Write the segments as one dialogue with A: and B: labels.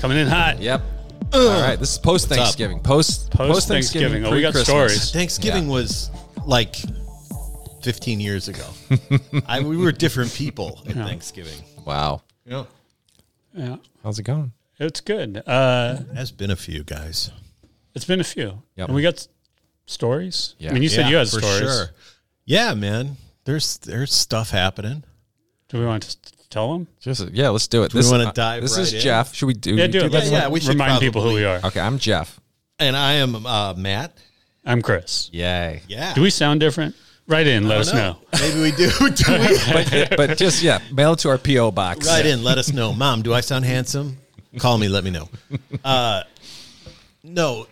A: Coming in hot.
B: Yep. All right. This is post Thanksgiving. Post
A: Post Thanksgiving. Oh, we got stories.
C: Thanksgiving was like 15 years ago. I, we were different people at Thanksgiving.
B: Wow.
C: Yeah.
A: Yeah,
B: How's it going?
A: it's good. Uh,
C: Has been a few guys.
A: it's been a few,
B: Yep.
A: and we got s- stories.
B: Yeah.
A: I mean, you said
C: Yeah,
A: you had
C: for
A: stories.
C: sure. Yeah, man. There's there's stuff happening.
A: Do we want to s- tell them?
B: Just yeah. Let's do it.
C: Do we wanna dive
B: This is
C: right in?
B: Jeff. Should we do?
A: Yeah, do it.
B: that?
A: Let's
C: yeah, we should
A: remind people who we are.
B: Okay. I'm Jeff.
C: And I am uh, Matt.
A: I'm Chris.
B: Yay.
C: Yeah.
A: Do we sound different? Write in. Let
C: I
A: us
C: don't
A: know.
C: Maybe we do. do we?
B: but just yeah, mail it to our PO box.
C: Right in. Let us know. Mom, do I sound handsome? Call me. Let me know. Uh, no.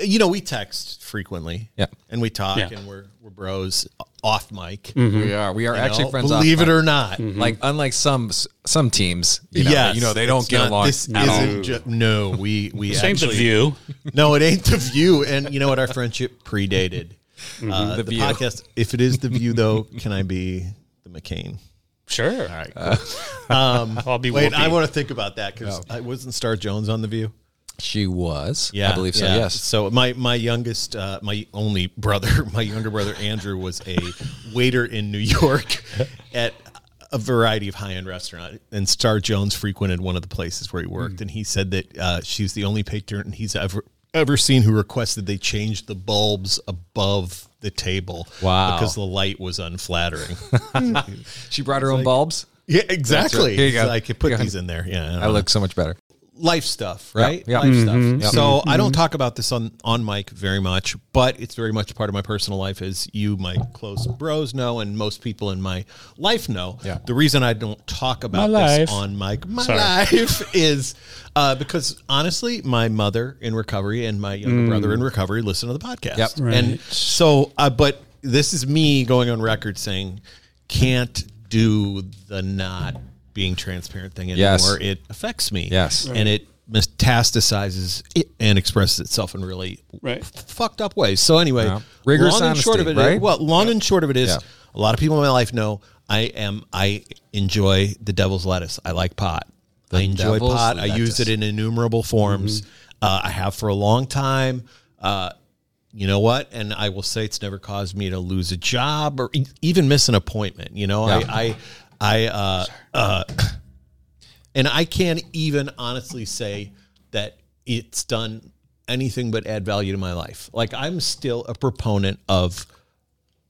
C: You know, we text frequently.
B: Yeah.
C: And we talk
A: Yeah. Mm-hmm.
C: and we're, we're bros off mic.
B: We are. We are
C: You
B: actually
C: know,
B: friends.
C: Believe
B: off
C: it or not.
B: like unlike some some teams, you know,
C: Yes.
B: you know they don't
C: It's
B: get
C: not-
B: along.
C: This
B: at all.
C: isn't ju- no, we we
A: Same to
C: actually-
A: view.
C: No, it ain't the view. And you know what? Our friendship predated
A: Mm-hmm.
C: uh,
B: The
C: the,
B: View.
C: podcast. If it is the view, though, can I be the McCain?
A: Sure.
C: All right. Um,
A: I'll be.
C: Wait,
A: Whoopi.
C: I want to think about that because I wasn't Star Jones on the View.
B: She was. I believe so. Yes.
C: So my my youngest, uh, my only brother, my younger brother Andrew was a waiter in New York at a variety of high end restaurant, and Star Jones frequented one of the places where he worked,
B: Mm.
C: and he said that uh, she was the only patron he's ever ever seen who requested they change the bulbs above the table
B: Wow.
C: because the light was unflattering
B: She brought her own bulbs.
C: yeah exactly
B: Here you go.
C: i could
B: Go
C: put
B: ahead.
C: these in there yeah
B: I look so much better.
C: life stuff, right?
B: Yeah.
C: Life
B: Mhm.
C: stuff. So I don't
A: Mm-hmm.
C: talk about this on on mic very much, but it's very much part of my personal life, as you, my close bros, know, and most people in my life know.
B: Yeah.
C: The reason I don't talk about
A: My life.
C: this on mic, my
A: Sorry.
C: life, is uh, because honestly, my mother in recovery and my younger
A: Mm.
C: brother in recovery listen to the podcast,
B: Yep.
C: and so, uh, but this is me going on record saying, can't do the not being transparent thing anymore.
B: Yes.
C: It affects me
B: Yes. Right.
C: and it metastasizes it and expresses itself in really
A: Right.
C: f- fucked up ways. So anyway,
B: Yeah. Rigorous
C: long and short of it,
B: honesty, right?
C: well, long and short of it is
B: Yeah.
C: a lot of people in my life know I am I enjoy the devil's lettuce. I like pot. I enjoy
B: devil's
C: pot. I
B: lettuce. Mm-hmm.
C: use it in innumerable forms. Uh, I have for a long time. Uh, you know what? And I will say it's never caused me to lose a job or e- even miss an appointment. You know,
B: Yeah.
C: I, I, I, uh, uh, and I can't even honestly say that it's done anything but add value to my life. Like I'm still a proponent of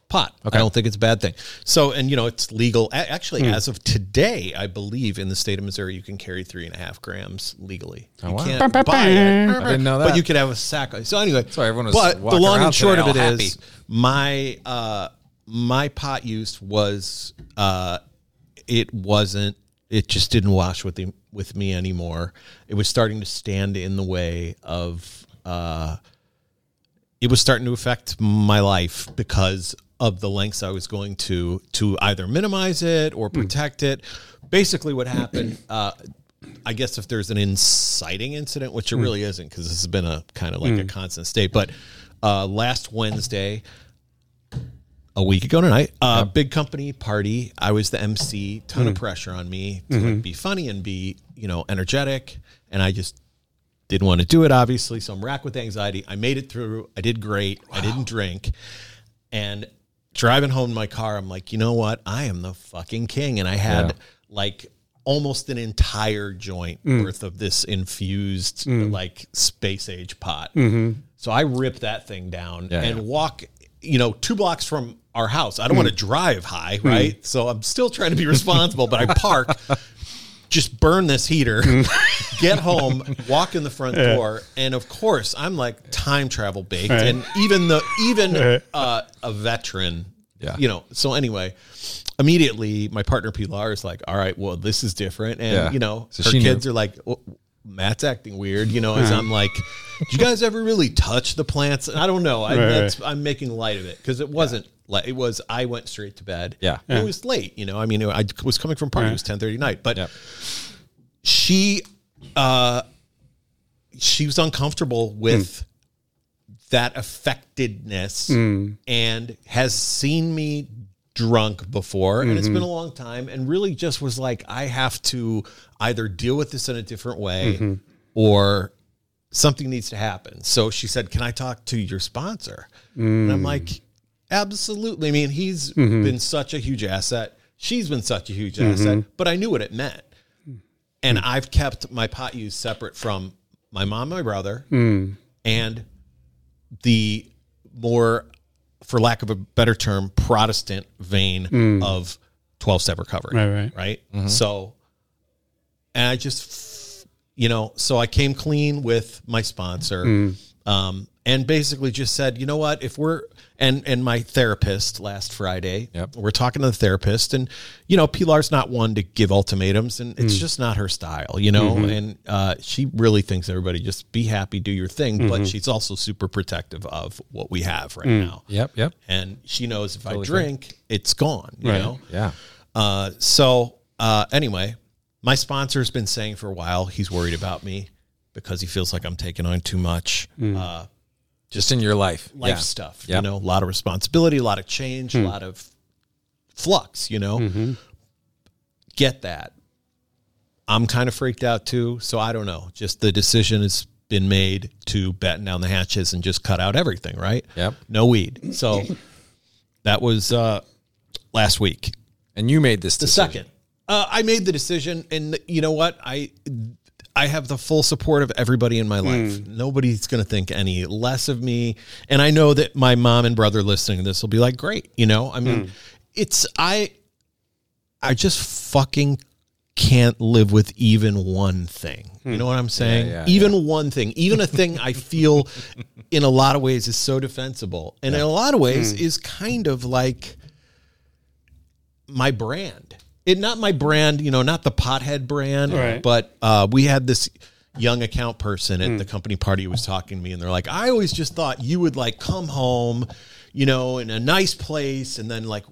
C: pot. I don't think it's a bad thing. So, and you know, it's legal. a- Actually,
B: Hmm.
C: as of today, I believe in the state of Missouri, you can carry three and a half grams legally. you
B: Oh, wow.
C: can't buy it,
B: I didn't know that.
C: but you could have a sack. So anyway,
B: why everyone was
C: But the
B: walking
C: long
B: around
C: and short of
B: today
C: it
B: all
C: is,
B: happy.
C: my uh, my pot use was uh, it wasn't. It just didn't wash with the, with me anymore. It was starting to stand in the way of. Uh, it was starting to affect my life because of the lengths I was going to to either minimize it or
B: Hmm.
C: protect it. Basically, what happened, uh, I guess, if there's an inciting incident, which it really isn't, because this has been a kind of like a constant state. But uh, last Wednesday, a week ago tonight, uh, big company party. I was the MC. Ton of pressure on me to like, be funny and be you know energetic, and I just didn't want to do it obviously so i'm racked with anxiety i made it through i did great i didn't drink and driving home in my car i'm like you know what i am the fucking king and i had like almost an entire joint
B: Mm.
C: worth of this infused like space age pot so i rip that thing down
B: Mm-hmm. Yeah,
C: and
B: yeah. Mm.
C: walk you know two blocks from our house i don't want to drive high right so i'm still trying to be responsible but i park just burn this heater,
B: Mm.
C: get home, walk in the front door, and of course, I'm like time travel baked,
A: Right.
C: and even the even
A: Right.
C: uh, a veteran,
B: Yeah.
C: you know. So anyway, immediately my partner Pilar is like, "All right, well, this is different," and
B: Yeah.
C: you know,
B: So
C: her
B: she knew.
C: kids are like. "Well, Matt's acting weird, you know. As I'm like, "Did you guys ever really touch the plants?" And I don't know. I,
A: Right, right.
C: that's, I'm making light of it because it wasn't like it was. I went straight to bed.
B: Yeah.
C: it was late. You know, I mean, I was coming from party. It was ten thirty night, but
B: Yep.
C: she uh she was uncomfortable with that affectedness
B: Hmm.
C: and has seen me drunk before and
B: Mm-hmm.
C: it's been a long time and really just was like I have to either deal with this in a different way
B: Mm-hmm.
C: or something needs to happen. So she said, "Can I talk to your sponsor?" And I'm like, "Absolutely." I mean, he's
A: Mm-hmm.
C: been such a huge asset. She's been such a huge asset, but I knew what it meant
A: Mm.
C: and I've kept my pot use separate from my mom, my brother,
A: Mm.
C: and the more, for lack of a better term, Protestant vein of twelve step recovery.
A: Mm. Right, right. Mm-hmm.
C: So, and I just, f- you know, so I came clean with my sponsor,
B: Mm.
C: um, and basically just said, you know what, if we're and and my therapist last Friday,
B: Yep.
C: we're talking to the therapist, and you know, Pilar's not one to give ultimatums, and
B: Mm.
C: it's just not her style, you know,
B: Mm-hmm.
C: and uh, she really thinks everybody just be happy, do your thing,
B: Mm-hmm.
C: but she's also super protective of what we have right now.
B: Mm. Yep. Yep.
C: And she knows if I drink, it's gone, you know?
B: Yeah.
C: Uh, so uh, anyway, my sponsor's been saying for a while he's worried about me because he feels like I'm taking on too much uh,
B: Just in your life.
C: life
B: Mm, Yeah. Hmm.
C: stuff.
B: Yep.
C: You know, a lot of responsibility, a lot of change, a lot of flux. You know,
B: Mm-hmm.
C: get that. I'm kind of freaked out too, so I don't know. Just the decision has been made to batten down the hatches and just cut out everything. Right?
B: Yep.
C: No weed. So that was uh, last week
B: And you made this
C: the
B: decision.
C: second uh, i made the decision and you know what i i have the full support of everybody in my life nobody's going to think any less of me and i know that my mom and brother listening to this will be like great you know i mean it's i i just fucking can't live with even one thing you know what i'm saying
B: Hmm. yeah,
C: even one thing even a thing i feel in a lot of ways is so defensible and in a lot of ways
B: Hmm.
C: is kind of like my brand. It not my brand, you know, not the pothead brand,
A: Right.
C: but uh, we had this young account person
B: Hmm.
C: at the company party who was talking to me, and they're like, "I always just thought you would like come home, you know, in a nice place, and then like."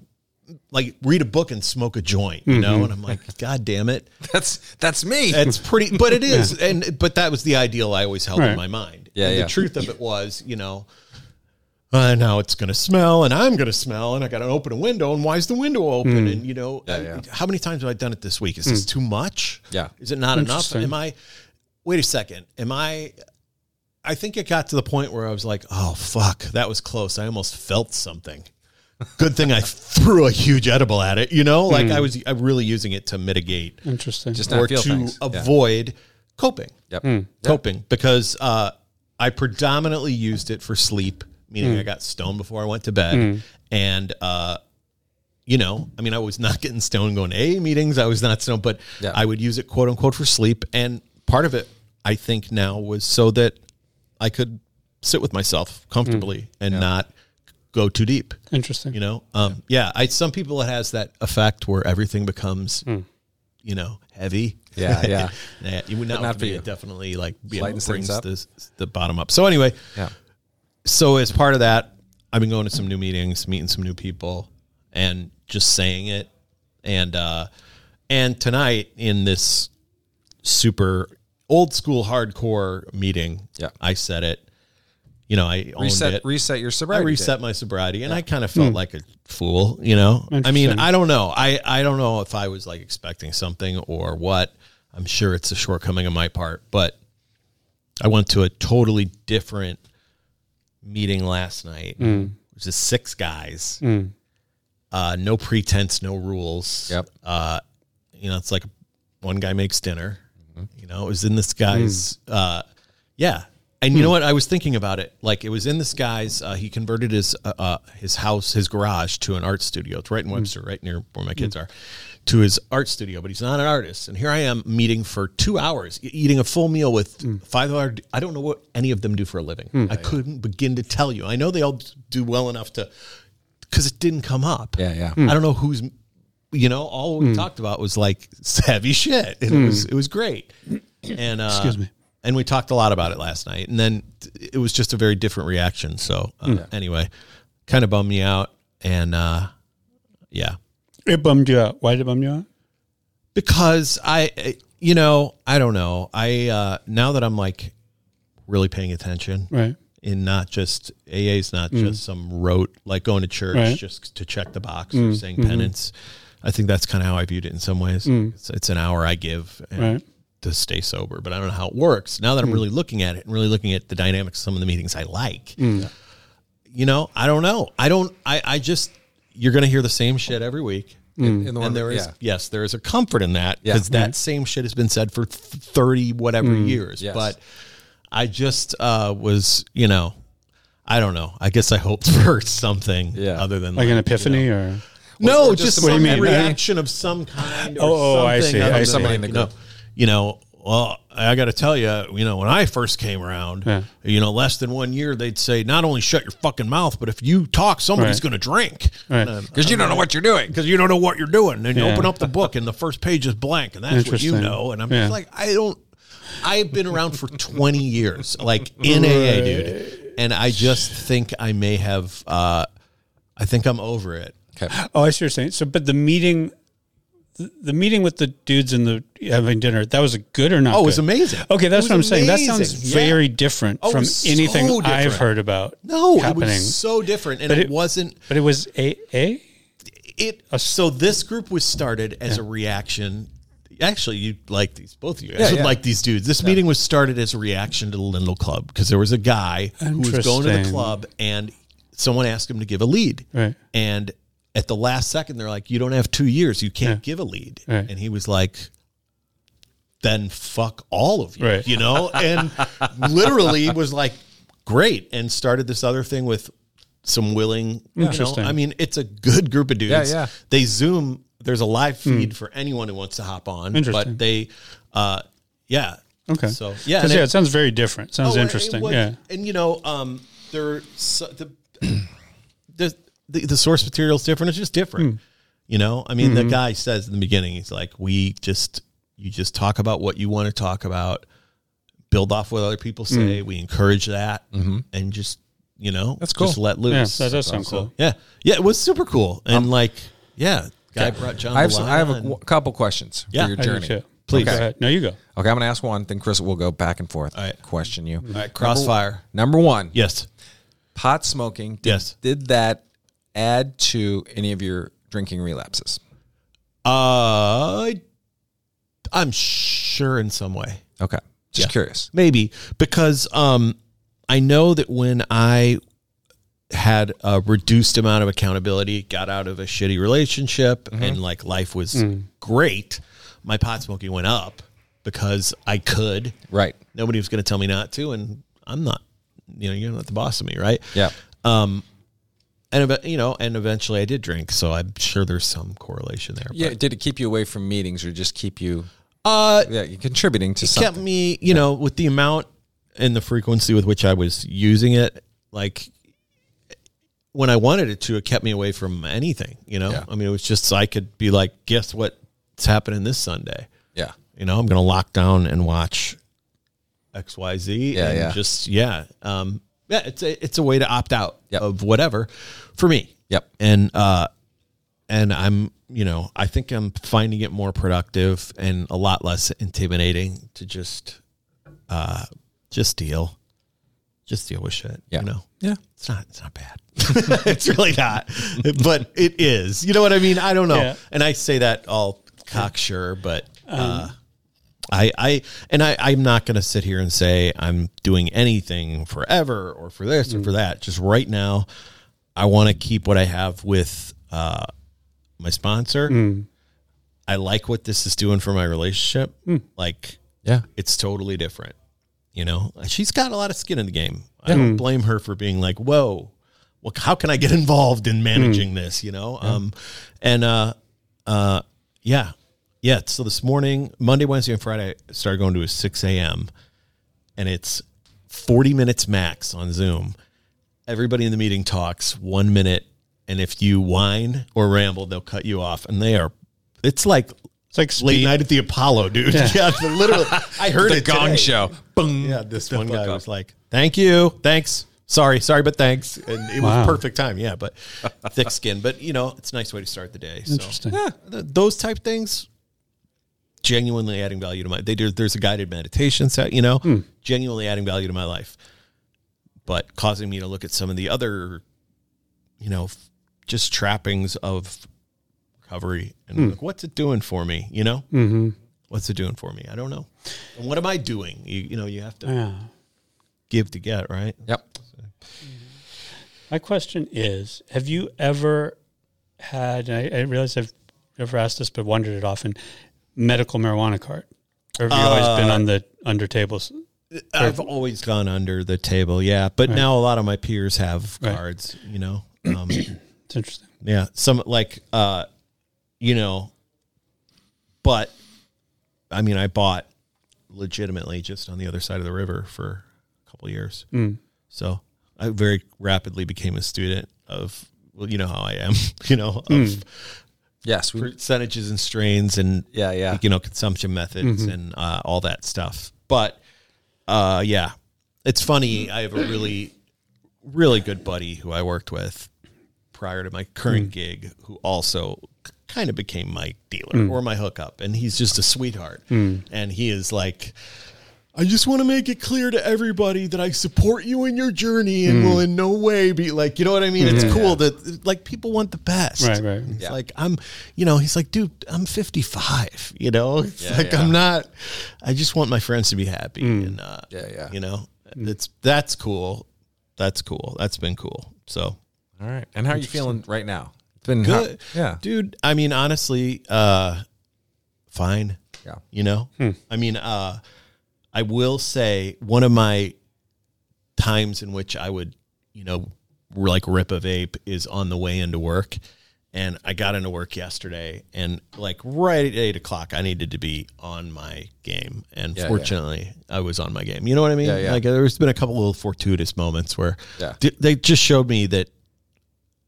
C: Like read a book and smoke a joint, you know, and I'm like, God damn it,
B: That's that's me.
C: it's pretty, but it is, and but that was the ideal I always held in
A: Right.
C: my mind.
B: Yeah,
C: And
B: yeah.
C: The truth of it was, you know, uh, now it's going to smell, and I'm going to smell, and I got to open a window, and why is the window open?
A: Mm.
C: And you know, uh,
B: yeah.
C: how many times have I done it this week? Is this too much?
B: Yeah.
C: Is it not enough?
A: Interesting.
C: Am I? Wait a second. Am I? I think it got to the point where I was like, oh fuck, that was close. I almost felt something. Good thing I threw a huge edible at it. You know, like
A: Mm.
C: I was, I'm really using it to mitigate
A: Interesting.
B: Just
C: or
B: not
C: to
B: feel things. Yeah.
C: avoid coping.
B: Yep.
C: Coping because uh, I predominantly used it for sleep, meaning
B: Hmm.
C: I got stoned before I went to bed, and uh, you know, I mean, I was not getting stoned going to AA meetings. I was not stoned, but
B: Yeah.
C: I would use it quote unquote for sleep, and part of it I think now was so that I could sit with myself comfortably
B: Hmm.
C: and not go too deep.
A: Interesting.
C: You know, um, yeah. I some people it has that effect where everything becomes, you know, heavy.
B: Yeah, yeah.
C: yeah you would not,
B: not
C: for
B: for
C: me,
B: you.
C: It definitely like you know,
B: Lightens
C: brings
B: things up.
C: the the bottom up. So anyway,
B: Yeah.
C: so as part of that, I've been going to some new meetings, meeting some new people, and just saying it. And uh, and tonight in this super old school hardcore meeting,
B: Yeah.
C: I said it. You know, I owned
B: Reset
C: it.
B: reset your
C: I
B: sobriety. Hmm.
C: reset my sobriety, and I kind of felt like a fool. You know, I mean,
A: Interesting.
C: I don't know. I I don't know if I was like expecting something or what. I'm sure it's a shortcoming on my part, but I went to a totally different meeting last night.
B: Hmm.
C: It was just six guys. Uh, no pretense, no rules.
B: Yep.
C: Uh, you know, it's
B: Mm-hmm. Hmm.
C: like one guy makes dinner. You know, it was in this guy's. Uh, yeah, And you know what? I was thinking about it. Like it was in this guy's. Uh, he converted his uh, uh, his house, his garage, to an art studio. It's right
B: Hmm.
C: in Webster, right near where my kids are, to his art studio. But he's not an artist. And here I am meeting for two hours, e- eating a full meal with
B: Hmm.
C: five hour. I don't know what any of them do for a living. I couldn't begin to tell you. I know they all do well enough to, because it didn't come up.
B: Yeah, Hmm. yeah.
C: I don't know who's. You know, all
A: Hmm.
C: we talked about was like savvy shit, and it was it was great. And uh,
A: Excuse me.
C: and we talked a lot about it last night and then t- it was just a very different reaction so uh,
A: Hmm.
C: anyway kind of bummed me out and uh yeah
A: It bummed you out. Why did it bum you out?
C: because i uh, you know i don't know i uh now that i'm like really paying attention
A: Right.
C: and not just AA's not just some rote like going to church
A: Mm. Right. Mm. Mm-hmm.
C: just to check the box or saying penance. I think that's kind of how I viewed it in some ways. It's, it's an hour I give and
A: Mm. Right. Mm.
C: to stay sober, but I don't know how it works. Now that I'm really looking at it and really looking at the dynamics of some of the meetings I like,
A: Mm.
C: you know, I don't know. I don't. I I just you're going to hear the same shit every week.
B: In the
C: And there is
B: yeah.
C: yes, there is a comfort in that
B: Yeah. Mm-hmm. Mm.
C: because that same shit has been said for th- thirty whatever years.
B: Yes.
C: But I just uh, was, you know, I don't know. I guess I hoped for something
B: Yeah.
C: other than
A: Like an
C: you
A: epiphany
C: know.
A: or
C: No,
B: Or
C: just,
B: just
C: some
B: what do you
A: mean?
C: reaction of some kind. Or
A: Oh, oh, I see,
C: something other
A: I
C: than,
A: see. Somebody
B: in the
C: you know,
B: group.
C: You know, well, I got to tell you, you know, when I first came around,
A: Yeah.
C: you know, less than one year, they'd say not only shut your fucking mouth, but if you talk, somebody's
A: Right.
C: going to drink.
A: Right.
B: Because you don't know what you're doing.
C: because you don't know what you're doing. And you
A: Yeah.
C: open up the book, and the first page is blank, and that's what you
A: Interesting.
C: know. And I'm
A: Yeah.
C: just like, I don't. I've been around for 20 years, like in AA, dude, and I just think I may have. Uh, I think I'm over it.
A: Oh, I see what you're saying. So, but the meeting, the, the meeting with the dudes in the having dinner, that was good or not?
C: Oh, it was
A: good?
C: amazing.
A: Okay, that's
C: It
A: what I'm
C: was
A: saying. That
C: amazing.
A: sounds
C: Yeah.
A: very different
C: Oh, it
A: from
C: was so
A: anything I've
C: different.
A: heard about.
C: No,
A: happening.
C: it was so different, and
A: But
C: it,
A: it-
C: wasn't.
A: but it was AA.
C: It uh, so this group was started as a reaction. Actually, you like these both of you. guys
B: Yeah,
C: would
B: yeah.
C: like these dudes. This meeting was started as a reaction to the Lindell Club because there was a guy who was going to the
A: Interesting.
C: club, and someone asked him to give a lead.
A: Right.
C: And at the last second, they're like, "You don't have two years. You can't give a lead."
A: Right.
C: And he was like, "Then fuck all of you,"
A: Right.
C: you know. And literally was like, "Great," and started this other thing with some willing. You know,
A: Interesting.
C: I mean, it's a good group of dudes.
B: Yeah, yeah.
C: They Zoom. There's a live feed for anyone who wants to hop on.
A: Hmm. Interesting.
C: But they, uh, yeah.
A: Okay.
C: So yeah,
A: 'Cause,
C: and
A: yeah,
C: it-
A: it, sounds very different. Sounds
C: Oh, and it
A: interesting.
C: was-
A: yeah.
C: and you know, um, there so, the, the the the source material is different. It's just different.
A: Hmm.
C: You know, I mean, the guy says in the beginning, he's like, "We just you just talk about what you want to talk about, build off what other people
A: Hmm.
C: say. We encourage that, and just you know,
B: That's
C: Just
B: cool.
C: let loose.
A: Yeah, that does sound cool.
C: Yeah, yeah, it was super cool, and like, yeah, guy brought John.
B: Um, I have, some,
C: Delon
B: I have a
C: on.
B: w- couple questions
C: Yeah,
B: for your
A: I do
B: journey.
A: too.
C: Please.
A: Go ahead. No, you go.
B: Okay, I'm going to ask one, then Chris will go back and forth.
C: right.
B: Question you. All right,
C: crossfire.
B: Number one,
C: Yes,
B: pot smoking. Did,
C: Yes.
B: Did that add to any of your drinking relapses?
C: uh, I'm sure in some way.
B: Okay. Just curious.
C: maybe because um i know that when i had a reduced amount of accountability got out of a shitty relationship
B: Mm-hmm.
C: and like life was
B: Mm.
C: great my pot smoking went up because i could
B: Right.
C: nobody was going to tell me not to and i'm not you know you're not the boss of me right
B: Yeah.
C: and eve- you know and eventually i did drink so i'm sure there's some correlation there
B: Yeah. Did it keep you away from meetings or just keep you
C: uh
B: yeah, you're contributing to something?
C: kept me, you know, with the amount and the frequency with which I was using it, like when I wanted it to, it kept me away from anything, you know?
B: Yeah.
C: I mean, it was just, I could be like, guess what's happening this Sunday?
B: yeah.
C: You know, I'm going to lock down and watch XYZ.
B: Yeah,
C: and
B: yeah.
C: Just, yeah. Um, yeah, it's a, it's a way to opt out
B: Yep.
C: of whatever for me.
B: Yep.
C: And, uh, and I'm, you know, I think I'm finding it more productive and a lot less intimidating to just, uh, just deal, just deal with shit.
B: Yeah.
C: You know,
B: Yeah.
C: it's not, it's not bad. it's really not, but it is. You know what I mean? I don't know.
A: Yeah.
C: And I say that all cocksure, but uh, I, I, and I, I'm not going to sit here and say I'm doing anything forever or for this or for that. Just right now, I want to keep what I have with uh, my sponsor. I like what this is doing for my relationship. Like,
B: Yeah.
C: it's totally different. You know, she's got a lot of skin in the game. I don't blame her for being like, "Whoa, well, how can I get involved in managing this?" You know, um, and uh, uh, yeah, yeah. So this morning, Monday, Wednesday, and Friday, I started going to a six a.m. and it's forty minutes max on Zoom. Everybody in the meeting talks one minute, and if you whine or ramble, they'll cut you off, and they are. It's like
A: It's like
C: late
A: speed.
C: night at the Apollo, dude. Yeah, but literally. I heard
B: the
C: it
B: Gong
C: today.
B: Show. Boom.
C: Yeah, this one guy
B: up.
C: was like, "Thank you, thanks, sorry, sorry, but thanks," and it
A: Wow.
C: was perfect time. Yeah, but thick skin, but you know, it's a nice way to start the day. So.
A: Interesting.
C: Yeah, th- those type things genuinely adding value to my. They do. There's a guided meditation set. You know,
A: Hmm.
C: genuinely adding value to my life, but causing me to look at some of the other, you know, f- just trappings of recovery and
A: Hmm.
C: like, what's it doing for me? You know, mm-hmm. what's it doing for me? I don't know. And what am I doing? You, you know, you have to
A: Yeah.
C: give to get, right?
B: Yep.
A: My question is Have you ever had, and I, I realize I've never asked this, but wondered it often, medical marijuana card? Or have you always been on
B: Uh,
A: the under tables?
C: I've always gone under the table, yeah. But now a lot of my peers have
A: Right.
C: cards, you know. Um,
A: It's interesting.
C: Yeah, some like uh you know but I mean I bought legitimately just on the other side of the river for a couple years. So I very rapidly became a student of well you know how I am, you know, of
B: Yes. We,
C: percentages and strains and
B: Yeah, yeah.
C: you know consumption methods
A: Mm-hmm.
C: and uh, all that stuff. But uh, yeah, it's funny. I have a really really good buddy who I worked with prior to my
A: Mm.
C: current gig, who also k- kind of became my dealer
A: Mm.
C: or my hookup, and he's just a sweetheart, and he is like. I just want to make it clear to everybody that I support you in your journey
A: Mm.
C: and will in no way be like, you know what I mean? It's cool that like people want the best.
A: Mm-hmm. Right, right.
C: It's
B: Yeah.
C: like I'm, you know, he's like, dude, I'm 55. You know, it's
B: Yeah,
C: like
B: yeah. Mm.
C: I'm not. I just want my friends to be happy, and uh,
B: Yeah, yeah. Mm.
C: you know, it's that's cool. That's cool. That's been cool. So
B: all right. And how are you feeling right now? It's been
C: good,
B: yeah.
C: dude. I mean, honestly, uh, fine.
B: Yeah.
C: You know,
B: Hmm.
C: I mean, uh, I will say one of my times in which I would, you know, r- like rip a vape is on the way into work. And I got into work yesterday and like right at eight o'clock, I needed to be on my game. And
B: Yeah, yeah.
C: fortunately, I was on my game. You know what I mean?
B: Yeah, yeah.
C: Like there's been a couple little fortuitous moments where
B: Yeah.
C: d- they just showed me that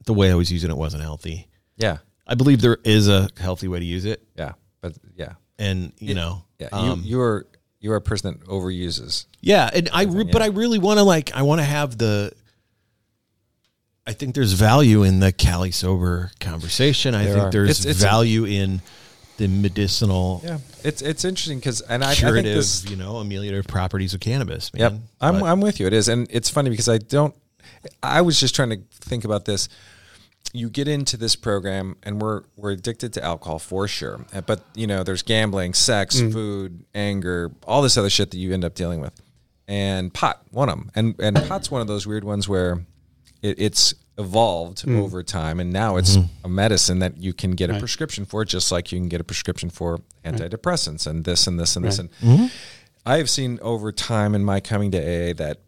C: the way I was using it wasn't healthy.
B: Yeah.
C: I believe there is a healthy way to use it.
B: Yeah. But yeah.
C: And, you know,
B: Yeah.
C: um,
B: you, you are you are a person that overuses.
C: Yeah, and I re- but I really want to like I want to have the. I think there's value in the Cali sober conversation. I think
B: are.
C: there's
B: It's- it's a-
C: value in the medicinal,
B: Yeah. It's it's interesting because and I, I think
C: curative,
B: this
C: you know, ameliorative properties of cannabis. Man.
B: Yep. I'm
C: But-
B: I'm with you. It is. And it's funny because I don't I was just trying to think about this. You get into this program and we're we're addicted to alcohol for sure. Uh, But you know, there's gambling, sex,
C: Mm.
B: food, anger, all this other shit that you end up dealing with. And pot, one of them. And and
C: Mm.
B: pot's one of those weird ones where it, it's evolved
C: Mm.
B: over time and now it's
C: Mm-hmm.
B: a medicine that you can get a prescription for just like you can get a prescription for antidepressants and this and this and this
C: Mm-hmm.
B: and I have seen over time in my coming to AA that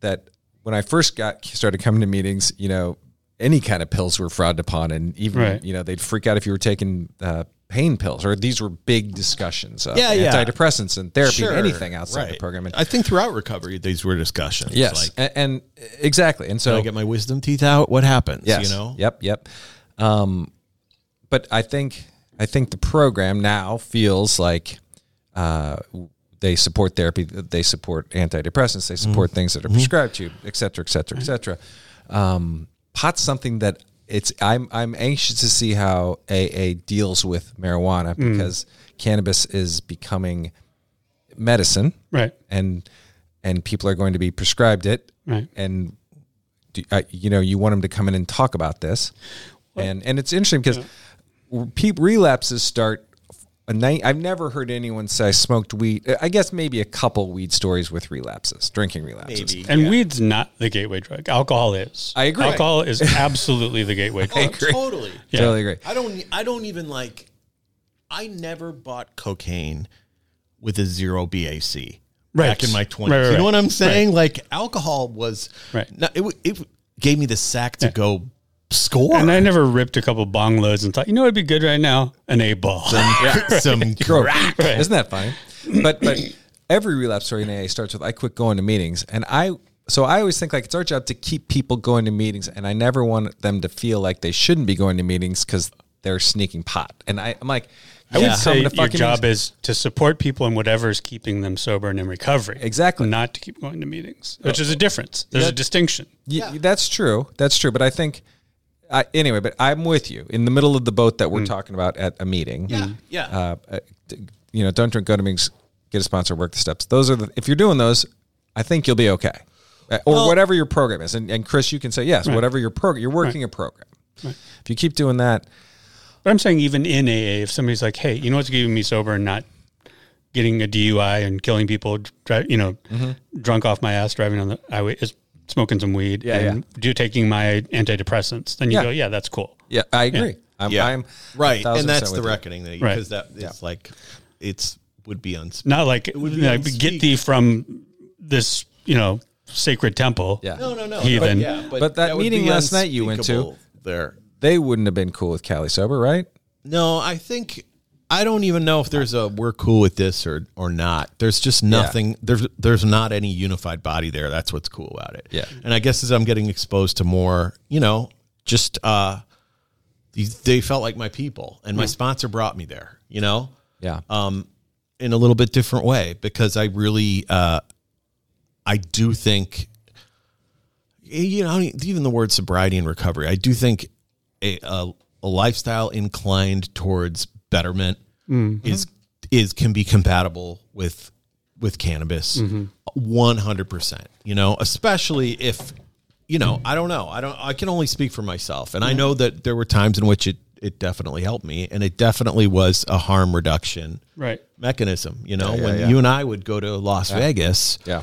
B: that when I first got started coming to meetings, you know, any kind of pills were frowned upon, and even
A: Right.
B: you know they'd freak out if you were taking uh, pain pills, or these were big discussions of
C: Yeah, yeah.
B: antidepressants and therapy,
C: Sure,
B: and anything outside the
C: right.
B: program. And,
C: I think throughout recovery, these were discussions.
B: yes,
C: like,
B: a- and, exactly, and
C: can
B: so
C: I get my wisdom teeth out? What happens?
B: Yes.
C: You know,
B: Yep. Yep. Um, but I think I think the program now feels like uh, they support therapy, they support antidepressants, they support
C: Mm-hmm.
B: things that are prescribed to you, et cetera, et cetera, et cetera. Um, pot's something that it's I'm I'm anxious to see how AA deals with marijuana
C: Mm.
B: because cannabis is becoming medicine
A: Right.
B: and and people are going to be prescribed it
A: Right.
B: and do, uh, you know you want them to come in and talk about this and and it's interesting because pe- relapses start a night i've never heard anyone say i smoked weed i guess maybe a couple weed stories with relapses drinking relapses
C: Maybe.
A: And weed's not the gateway drug. Alcohol is.
B: I agree.
A: Alcohol is absolutely the gateway drug.
C: Oh, totally.
A: Yeah.
B: totally agree
C: I don't. I don't even like. I never bought cocaine with a zero BAC. back
A: Right.
C: in my
A: Right,
C: 20s.
A: right,
C: You know what
A: right.
C: I'm saying? Like alcohol was
A: Right.
C: not, it, w- it gave me the sack to go score.
A: And I never ripped a couple bong loads and thought, you know, it'd be good right now, an A ball.
C: some
B: Bro,
C: crack.
B: Isn't that funny? But but every relapse story in AA starts with I quit going to meetings, and I so I always think like it's our job to keep people going to meetings, and I never want them to feel like they shouldn't be going to meetings because they're sneaking pot, and I, I'm like.
A: I would
B: "Come
A: say
B: to
A: your
B: fucking
A: job
B: meetings."
A: is to support people in whatever is keeping them sober and in recovery.
B: Exactly. Uh,
A: Not to keep going to meetings, which is a difference. There's a distinction.
B: Yeah, that's true. That's true. But I think, I, anyway, but I'm with you in the middle of the boat that we're talking about at a meeting. Yeah,
C: yeah.
B: Uh, uh, d- you know, don't drink, go to meetings, get a sponsor, work the steps. Those are the, if you're doing those, I think you'll be okay, Uh, or whatever your program is. And, and Chris, you can say yes, whatever your program, you're working a program. If you keep doing that,
A: But I'm saying even in AA, if somebody's like, "Hey, you know what's keeping me sober and not getting a DUI and killing people, dri- you know, drunk off my ass driving on the highway is smoking some weed
B: Mm-hmm. Yeah,
A: and do taking my antidepressants," then you
B: Yeah.
A: go, "Yeah, that's cool."
B: yeah, I agree. I'm,
C: Yeah.
B: I'm
C: right.
B: 1000%
C: And that's
B: with
C: the
B: you.
C: reckoning that you,
A: Right.
C: because that it's like, it's would be unspeakable.
A: Not like,
C: would be
A: like,
C: unspeak-
A: get thee from this, you know, sacred temple.
B: Yeah. No,
C: no, no.
A: Heathen.
C: But, yeah, but,
B: But that
C: would
B: meeting
C: be
B: last night you went to-
C: unspeakable there.
B: They wouldn't have been cool with Cali sober, right?
C: No, I think I don't even know if there's a we're cool with this or or not. There's just nothing. There's there's not any unified body there. That's what's cool about it.
B: Yeah.
C: And I guess as I'm getting exposed to more, you know, just uh, these- they felt like my people, and my sponsor brought me there. You know,
B: Yeah.
C: um, in a little bit different way because I really, uh, I do think, you know, even the word sobriety and recovery, I do think a, a, a lifestyle inclined towards betterment is is can be compatible with with cannabis, one hundred percent. You know, especially if you know, I don't know, I don't, I can only speak for myself, and I know that there were times in which it it definitely helped me, and it definitely was a harm reduction
A: Right.
C: mechanism. You know,
B: yeah,
C: when
B: yeah.
C: you and I would go to Las Vegas
B: Yeah.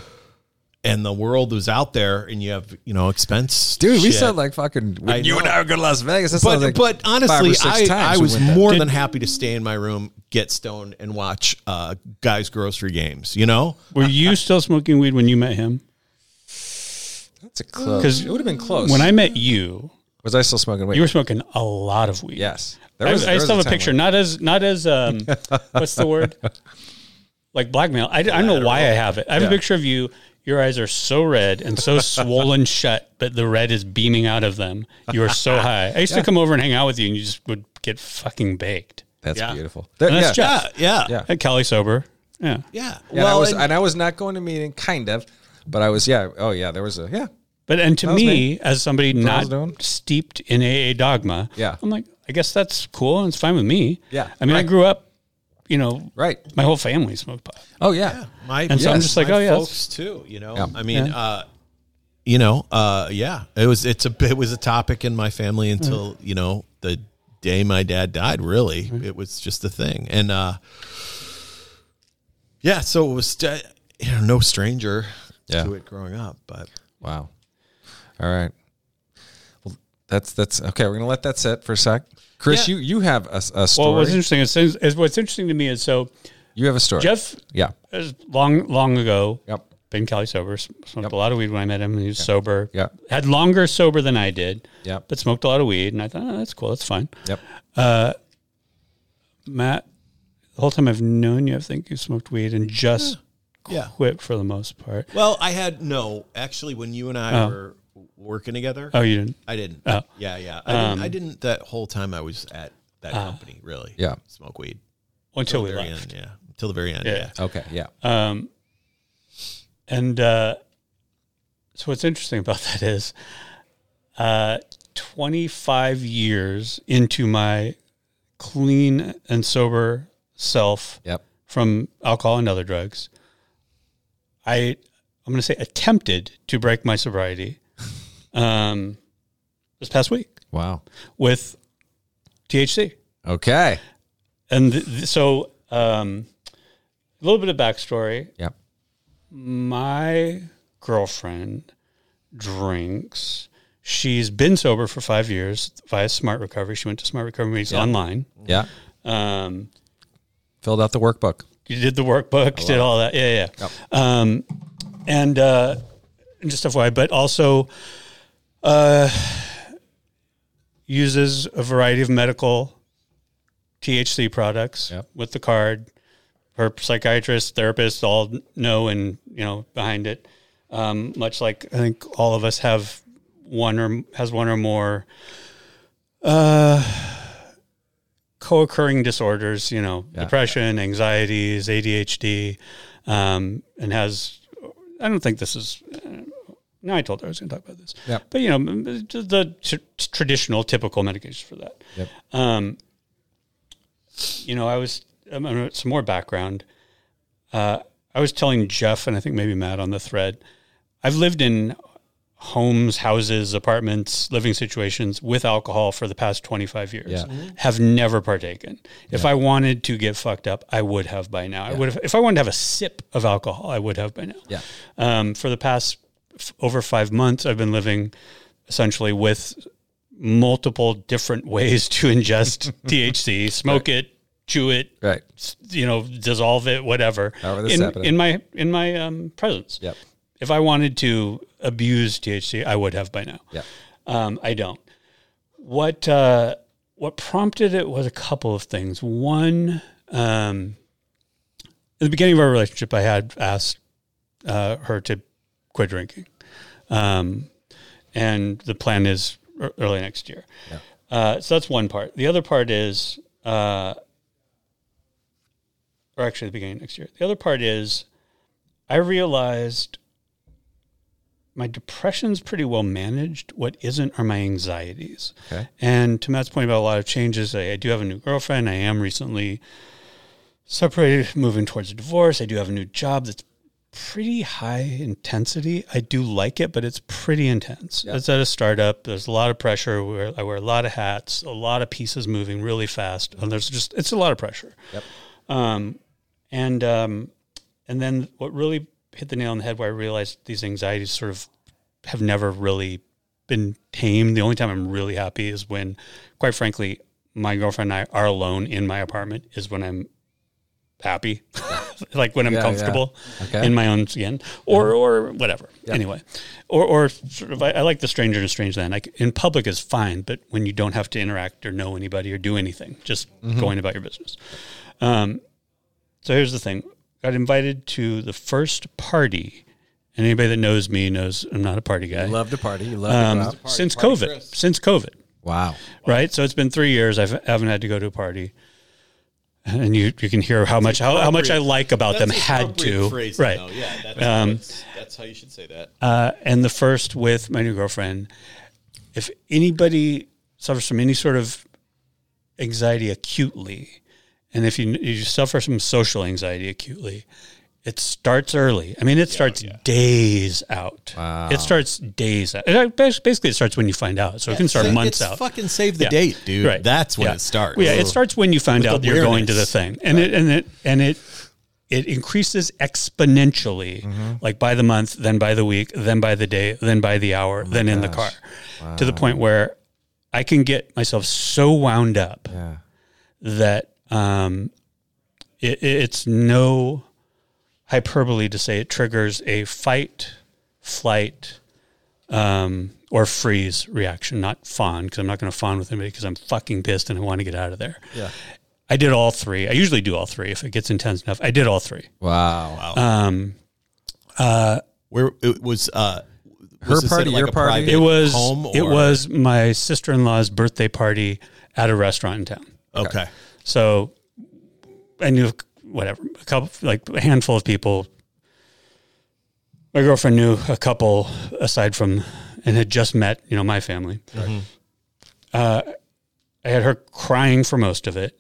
C: and the world was out there, and you have you know expense,
B: Dude, we
C: shit.
B: sound like fucking.
C: I
B: you and
C: know.
B: I would go to Las Vegas. That
C: But
B: sounds like
C: but
B: five or
C: honestly,
B: six
C: I,
B: times
C: I
B: we
C: was
B: went there.
C: more than happy to stay in my room, get stoned, and watch uh, guys' grocery games. You know,
A: Were you still smoking weed when you met him?
B: That's a close.
A: 'Cause
B: it would have been close.
A: When I met you,
B: was I still smoking weed?
A: you were smoking a lot of weed.
B: yes. There
A: I,
B: was-
A: I
B: there was
A: still have a
B: time
A: picture.
B: when-
A: Not as not as um, what's the word? Like blackmail. I, I don't know why I have it. I have a picture of you. Your eyes are so red and so swollen shut, but the red is beaming out of them. You are so high. I used to come over and hang out with you, and you just would get fucking baked.
B: That's
C: Yeah.
B: beautiful. There-
A: And
B: yeah.
A: that's Jeff.
C: yeah,
B: Yeah.
A: At Cali sober. Yeah.
C: yeah.
B: Yeah, and I was,
C: and-
B: and, I was not going to meeting, kind of, but I was. Yeah. Oh yeah. There was a yeah.
A: But and to
B: was
A: me,
B: me.
A: as somebody
B: I was
A: not
B: doing.
A: steeped in AA dogma,
B: Yeah.
A: I'm like, I guess that's cool and it's fine with me.
B: Yeah.
A: I mean, I
B: Right.
A: grew up, you know,
B: Right.
A: my whole family smoked pot.
B: Oh yeah.
C: my
A: And so I'm just like,
C: my
A: oh, yeah,
C: folks too. You know, I mean, uh, you know, uh, yeah, it was it's a it was a topic in my family until
A: Mm-hmm.
C: you know the day my dad died. Really, it was just a thing, and uh, yeah, so it was uh, you know no stranger
B: Yeah.
C: to it growing up, but
B: Wow. All right. Well, that's that's okay. We're gonna let that sit for a sec. Chris,
C: Yeah.
B: you you have a, a story.
A: Well, what's interesting is, is what's interesting to me is so
B: you have a story.
A: Jeff
B: Yeah.
A: is long long ago
B: Yep.
A: been Cali sober, s- smoked a lot of weed when I met him. He was sober,
B: Yeah.
A: had longer sober than I did,
B: Yep.
A: but smoked a lot of weed, and I thought oh, that's cool, that's fine.
B: Yep.
A: Matt, the whole time I've known you, I think you smoked weed and just
C: yeah.
A: quit for the most part.
C: Well, I had no actually when you and I were working together.
A: Oh, you didn't.
C: I didn't.
A: Oh.
C: Yeah, yeah. I, didn't, I didn't that whole time I was at that
A: uh.
C: company, really.
B: Yeah.
C: Smoke weed.
A: until we
C: the very
A: left.
C: end, yeah. Till the very end,
A: Yeah.
C: yeah.
B: Okay. Yeah.
A: Um, and uh, so, what's interesting about that is uh, 25 years into my clean and sober self
B: Yep.
A: from alcohol and other drugs, I I'm going to say attempted to break my sobriety um, this past week
B: Wow.
A: with THC.
B: Okay.
A: And th- th- so, um, a little bit of backstory.
B: Yep.
A: my girlfriend drinks. She's been sober for five years via Smart Recovery. She went to Smart Recovery meetings online.
B: Yeah.
A: Um,
B: Filled out the workbook.
A: you did the workbook, did all that. Yeah, yeah. Um, and uh, and just FYI, but also uh, uses a variety of medical THC products
B: Yep.
A: with the card. Her psychiatrist, therapist, all know and you know behind it. Um, much like I think all of us have one or has one or more co-occurring disorders, you know, depression, anxieties, ADHD, um, and has. I don't think this is. uh, No, I told her I was going to talk about this.
B: Yep.
A: But you know, m- m- the t- traditional, typical medications for that.
B: Yep.
A: Um, you know, I was um, uh, some more background. Uh, I was telling Jeff and I think maybe Matt on the thread. I've lived in homes, houses, apartments, living situations with alcohol for the past 25 years.
B: Yeah.
A: Have never partaken. If I wanted to get fucked up, I would have by now. I would have if I wanted to have a sip of alcohol, I would have by now.
B: Yeah.
A: Um, for the past f- over 5 months I've been living essentially with multiple different ways to ingest THC, smoke it, chew it,
B: Right.
A: s- you know, dissolve it, whatever.
B: However this
A: in,
B: happened.
A: in my in my um, presence.
B: Yep.
A: If I wanted to abuse THC, I would have by now.
B: Yeah.
A: Um, I don't. What uh, what prompted it was a couple of things. One, um, at the beginning of our relationship, I had asked uh, her to quit drinking, um, and the plan is ear- early next year. Uh, so that's one part. The other part is, uh, or actually, the beginning of next year. The other part is, I realized my depression's pretty well managed. What isn't are my anxieties.
B: Okay.
A: And to Matt's point about a lot of changes, I, I do have a new girlfriend. I am recently separated, moving towards a divorce. I do have a new job that's pretty high intensity. I do like it, but it's pretty intense. It's at a startup. There's a lot of pressure. I wear, I wear a lot of hats, a lot of pieces moving really fast. And there's just, it's a lot of pressure. Yep. Um, and, um, and then what really hit the nail on the head where I realized these anxieties sort of have never really been tamed. The only time I'm really happy is when, quite frankly, my girlfriend and I are alone in my apartment is when I'm happy, like when I'm
B: Yeah, yeah.
A: comfortable
B: Okay. Uh-huh.
A: in my own skin or, or whatever. Anyway, or, or sort of, I, I like the stranger in a strange land. Like in public is fine, but when you don't have to interact or know anybody or do anything, just
B: Mm-hmm.
A: going about your business. Um, so here's the thing. Got invited to the first party. And anybody that knows me knows I'm not a party guy.
B: Love to party. You love
A: Um,
B: to go out.
A: since
C: Party
A: COVID.
C: Chris.
A: Since COVID,
B: Wow.
A: right? So it's been three years. I've, I haven't had to go to a party, and you you can hear how much how, how much I like about them. Had to right. Um,
C: Yeah, that's, how you should say that.
A: uh, and the first with my new girlfriend. If anybody suffers from any sort of anxiety acutely, and if you you suffer from social anxiety acutely, it starts early. I mean, it starts days out. It starts days out. It- bas- Basically, it starts when you find out. So it can start months out.
C: Fucking save the
A: Yeah.
C: date, dude.
A: Right.
C: That's when
A: Yeah.
C: it starts.
A: Yeah, it starts when you find out you're going to the
C: awareness.
A: thing, and it and it and it it increases exponentially,
C: Mm-hmm.
A: like by the month, then by the week, then by the day, then by the hour,
C: Oh
A: then in the car, to the point where I can get myself so wound up
B: Yeah.
A: that um, it, it- it's no hyperbole to say it triggers a fight, flight, um, or freeze reaction. Not fawn because I'm not going to fawn with anybody because I'm fucking pissed and I want to get out of there. Yeah, I did all three. I usually do all three if it gets intense enough. I did all three.
B: Wow.
C: Where it was. Uh,
B: Her
C: was this at,
B: party, your
C: a
B: party?
C: private
A: It was
C: home.
A: it
C: or-
A: was my sister in law's birthday party at a restaurant in town.
C: okay.
A: So I knew whatever a couple like a handful of people. My girlfriend knew a couple aside from and had just met you know my family. Uh, I had her crying for most of it.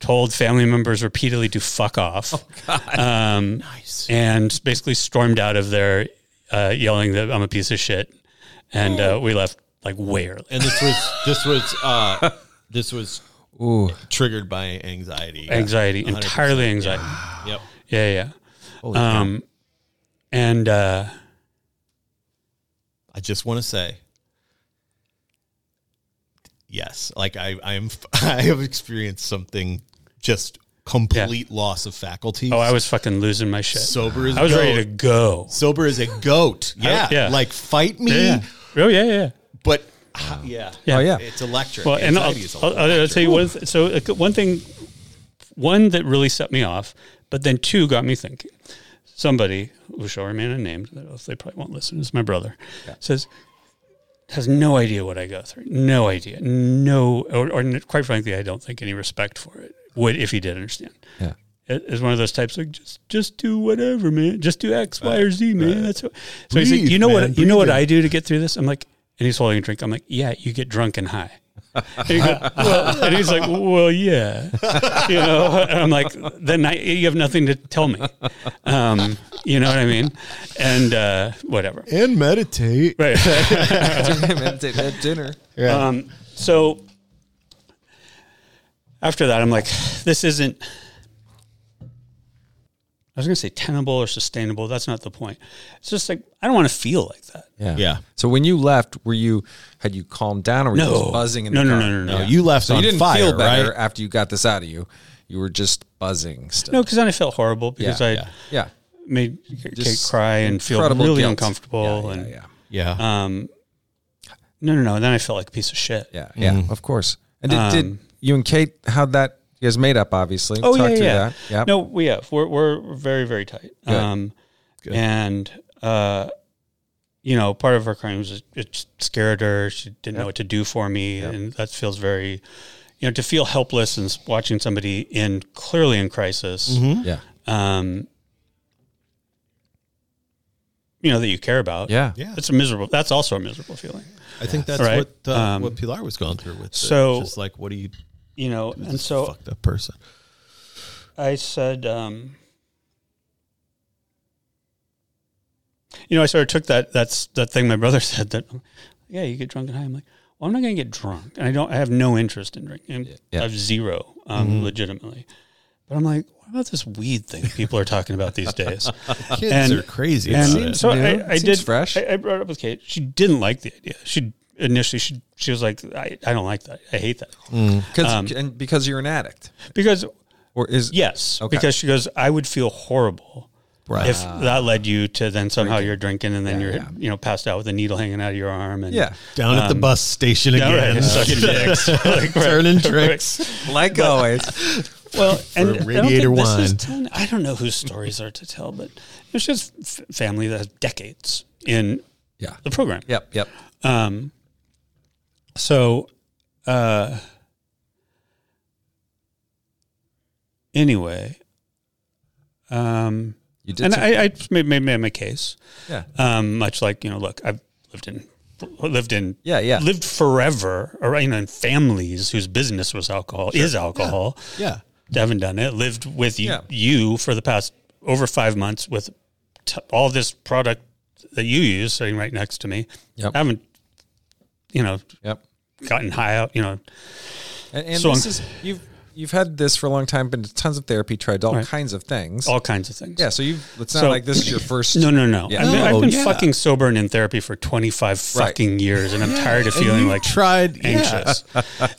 A: Told family members repeatedly to fuck off. Um, nice. And basically stormed out of there, uh, yelling that I'm a piece of shit, and uh, we left like way early.
C: And this was this was uh, this was triggered by anxiety.
A: Anxiety, entirely anxiety.
C: Yep.
A: Yeah, yeah. um, and uh,
C: I just want to say. Yes, like I, I am, I have experienced something just complete loss of faculty.
A: Oh, I was fucking losing my shit.
C: sober as
A: I was
C: goat.
A: ready to go.
C: sober as a goat. Yeah,
A: yeah.
C: like fight me,
A: Yeah. Oh yeah, yeah.
C: but h- yeah.
A: Yeah.
B: Oh yeah.
C: it's electric.
A: Well, and I'll,
C: Anxiety is
A: I'll, I'll tell you one. th- So uh, one thing, one that really set me off, but then two got me thinking. Somebody who shall remain unnamed, I don't know if they probably won't listen, is my brother, says has no idea what I go through, no idea, no, or, or n- quite frankly, I don't think any respect for it would if he did understand.
B: Yeah.
A: It is one of those types like just just do whatever, man. Just do X, Y, or Z, man. That's what. So he's like,
C: Breathe,
A: you know
C: man,
A: what? You know what
C: breathe
A: I do to get through this? I'm like, and he's holding a drink. I'm like, yeah, you get drunk and high. And, he go, well, and he's like, well, yeah, you know. And I'm like, then I, you have nothing to tell me. Um, you know what I mean? And uh, whatever.
C: and meditate.
A: Right.
B: Meditate at dinner.
A: Um, so after that, I'm like, this isn't. I was going to say tenable or sustainable. That's not the point. It's just like I don't want to feel like that.
B: Yeah.
C: Yeah.
B: So when you left, were you had you calmed down or were you
A: No,
B: just buzzing in
A: no,
B: the
A: no,
B: car?
A: no, no, no,
C: No, you left
B: So
C: on
B: you didn't
C: fire,
B: feel better
C: right?
B: after you got this out of you. You were just buzzing still.
A: no, because then I felt horrible because
B: Yeah,
A: I
C: yeah.
B: Yeah.
A: made Kate
B: Just
A: cry and feel
B: incredible
A: really
B: guilt.
A: uncomfortable.
B: Yeah,
A: and
B: yeah.
C: Yeah.
A: um, no, no, no. And then I felt like a piece of shit.
B: Yeah. Yeah. Of course. And did, did
A: Um,
B: you and Kate how'd that you guys made up obviously.
A: Oh
B: Talk
A: yeah,
B: through
A: yeah.
B: that. Yeah.
A: No, we have. We're we're very very tight.
B: Good.
A: Um, and uh, you know, part of her crime was it scared her. She didn't know what to do for me, and that feels very, you know, to feel helpless and s- watching somebody in clearly in crisis.
B: Yeah.
A: Um, you know that you care about.
B: Yeah.
C: Yeah.
A: it's a miserable. That's also a miserable feeling.
C: I think that's
A: Right.
C: what uh,
A: Um,
C: what Pilar was going through with. it.
A: so-
C: just like, what do you?
A: You know, and
C: this
A: so
C: fucked up person.
A: I said, um, you know, I sort of took that that's that thing my brother said that, yeah, you get drunk and high. I'm like, well, I'm not going to get drunk, and I don't. I have no interest in drinking.
B: Yeah.
A: I have zero, um,
C: Mm-hmm.
A: legitimately. But I'm like, what about this weed thing people are talking about these days?
C: Kids
A: And-
C: are crazy.
A: and
C: about it.
A: so
B: new.
A: I, I
B: Seems
A: did.
B: fresh.
A: I, I brought it up with Kate. She didn't like the idea. She initially she she was like, I, I don't like that. I hate that
C: Mm.
B: Cuz
A: Um,
B: and because you're an addict.
A: because
B: Or is
A: Yes,
B: Okay. Ah.
A: because she goes, I would feel horrible
C: Right.
A: if that led you to then somehow you're drinking and then you're you know passed out with a needle hanging out of your arm and
B: Yeah.
C: Down at the bus station
A: All right,
C: again,
A: sucking dicks. Like, right.
C: turning tricks.
B: Like always.
A: Well, and I don't
C: radiator
A: think this is
C: wine.
A: telling- I don't know whose stories are to tell, but it's just f- family that has decades in
B: yeah.
A: the program.
B: Yep, yep.
A: Um, so, uh, anyway, um,
B: You did
A: and
B: some-
A: I, I made, made, made my case.
B: Yeah.
A: Um, much like you know, look, I've lived in, lived in,
B: Yeah, yeah.
A: lived forever, or you know, in families whose business was alcohol is alcohol.
C: Yeah.
A: Haven't done it. Lived with you,
B: Yeah.
A: you for the past over five months with t- all this product that you use sitting right next to me.
B: Yep.
A: haven't, you know,
B: Yep.
A: gotten high out. You know,
B: And, and
A: So
B: this
A: I'm-
B: is you've you've had this for a long time, been to tons of therapy, tried all
A: Right.
B: kinds of things.
A: all kinds of things.
B: yeah, so you have it's not
A: So-
B: like this is your first.
A: No, no, no.
B: Yeah.
A: I mean,
C: No,
A: I've been
C: yeah.
A: fucking sober and in therapy for 25 fucking years, and I'm tired of
C: And
A: feeling
C: you've
A: like
C: tried yeah.
A: anxious.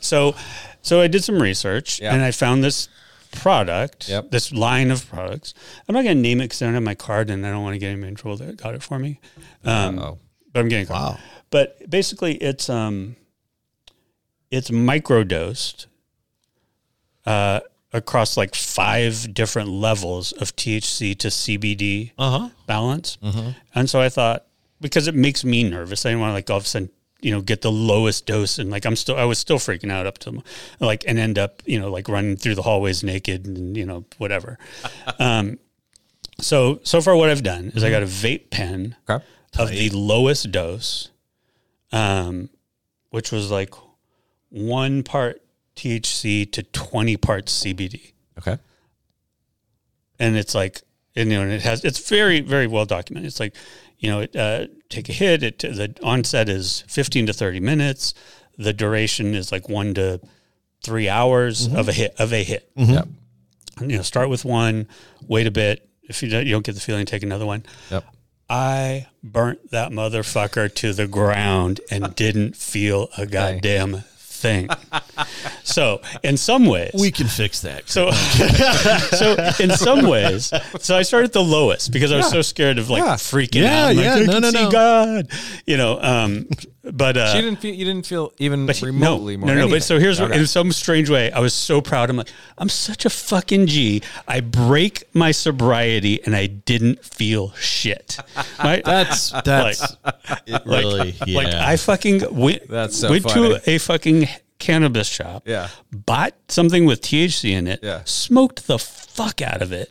A: so, so I did some research
B: Yeah.
A: and I found this product,
B: Yep.
A: this line of products. I'm not going to name it because I don't have my card and I don't want to get anybody in trouble that got it for me.
B: Oh,
A: Um,
B: Uh-oh.
A: But I'm getting a card.
C: Wow.
A: But basically, it's um, it's microdosed uh, across like five different levels of THC to CBD
C: Uh huh.
A: balance. And so I thought because it makes me nervous, I didn't want to like all of a sudden you know get the lowest dose and like I'm still I was still freaking out up to like and end up you know like running through the hallways naked and you know whatever. um, so so far what I've done is I got a vape pen
B: Okay.
A: of the lowest dose, um, which was like one part THC to twenty parts CBD
B: Okay.
A: and it's like and, you know, and it has it's very very well documented. It's like you know, it, uh, take a hit. It the onset is fifteen to thirty minutes. The duration is like one to three hours of a hit of a hit.
B: Yep.
A: And, You know, start with one, wait a bit. If you don't, you don't get the feeling, take another one.
B: Yep.
A: I burnt that motherfucker to the ground and didn't feel a goddamn thing. So, in some ways,
D: We can fix that.
A: so so in some ways, so I started at the lowest because I was so scared of like
B: Yeah.
A: freaking
D: Yeah,
A: out. I'm like,
D: yeah.
A: "I
D: No,
A: can
D: no,
A: see
D: no.
A: God, you know. Um, but uh,
B: So you didn't feel you didn't feel even
A: but he-
B: remotely
A: no,
B: more.
A: No, no,
B: anything.
A: but so here's what
B: Okay.
A: in some strange way, I was so proud. I'm like, I'm such a fucking G. I break my sobriety and I didn't feel shit. My,
D: That's that's
A: like,
C: It really, yeah.
A: like I fucking went,
B: That's so
A: went
B: funny.
A: to a fucking cannabis shop,
B: Yeah.
A: bought something with THC in it,
B: Yeah.
A: smoked the fuck out of it.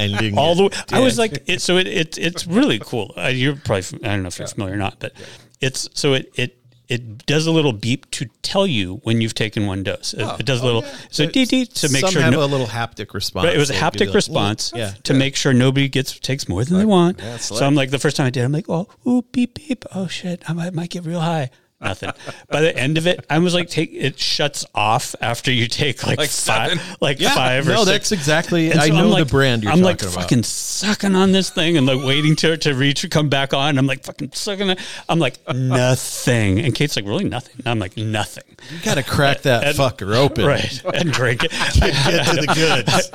C: and didn't
A: all
C: get-
A: the way. I was like, it, so it, it it's really cool. Uh, you're probably fam- I don't know if you're familiar or not, but it's so it it it does a little beep to tell you when you've taken one dose. It,
C: Oh.
A: it does a little so dee dee to make
C: Some
A: sure
C: have
A: no,
C: a little haptic response.
A: Right, it was a
C: They'll give
A: haptic
C: you like,
A: response
C: "Ooh, Yeah.
A: to make sure nobody gets takes more than they want. so I'm like the first time I did, I'm like, oh, ooh, beep beep, oh shit, I might, might get real high. Nothing. By the end of it, I was like, take it shuts off after you take like, five, like five or
C: no,
A: six.
C: that's exactly.
A: And
C: I
A: so
C: know
A: I'm
C: the
A: like-
C: brand you're
A: I'm
C: talking
A: like
C: about.
A: fucking sucking on this thing and like waiting to to reach come back on. I'm like fucking sucking. It. I'm like nothing. And Kate's like really nothing. And I'm like nothing.
C: you gotta crack that
A: and-
C: fucker open.
A: Right. And drink it. get to the goods.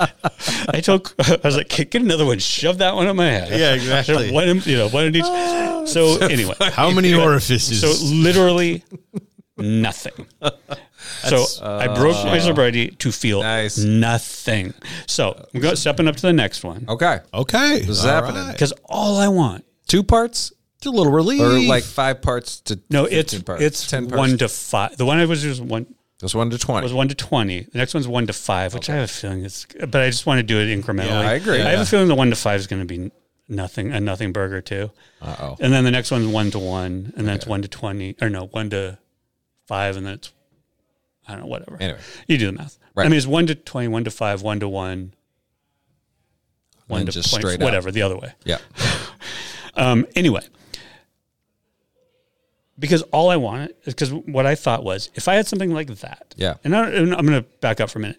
A: I told, I was like, get another one, shove that one up my head.
C: Yeah, exactly.
A: One, in- you know, one in each. So anyway,
D: how many orifices?
A: so literally nothing. so I broke my sobriety to feel
B: Nice.
A: nothing. So I'm going stepping up to the next one
B: okay,
C: Okay.
B: this is
C: All
B: happening.
C: right.
A: because all I want
B: Two parts
C: It's a little relief.
B: or like five parts to
A: no, it's
B: 15 parts,
A: it's
B: ten parts.
A: one to five. The one I was was one
B: There's one to twenty.
A: was one to twenty. The next one's one to five, which I have a feeling is, but I just want to do it incrementally.
B: Yeah, I agree.
A: I have a feeling the one to five is going to be nothing, a nothing burger too. Uh oh. And then the next one's one to one, and then it's one to twenty, or no, one to five, and then it's I don't know, whatever.
B: Anyway.
A: you do the math.
B: Right.
A: I mean, it's one to twenty, one to five, one to one, one
B: And
A: to
B: just
A: point,
B: straight up.
A: whatever the other way.
B: Yeah.
A: Um, anyway, because all I wanted is because what I thought was if I had something like that,
B: Yeah.
A: and, I, and I'm going to back up for a minute.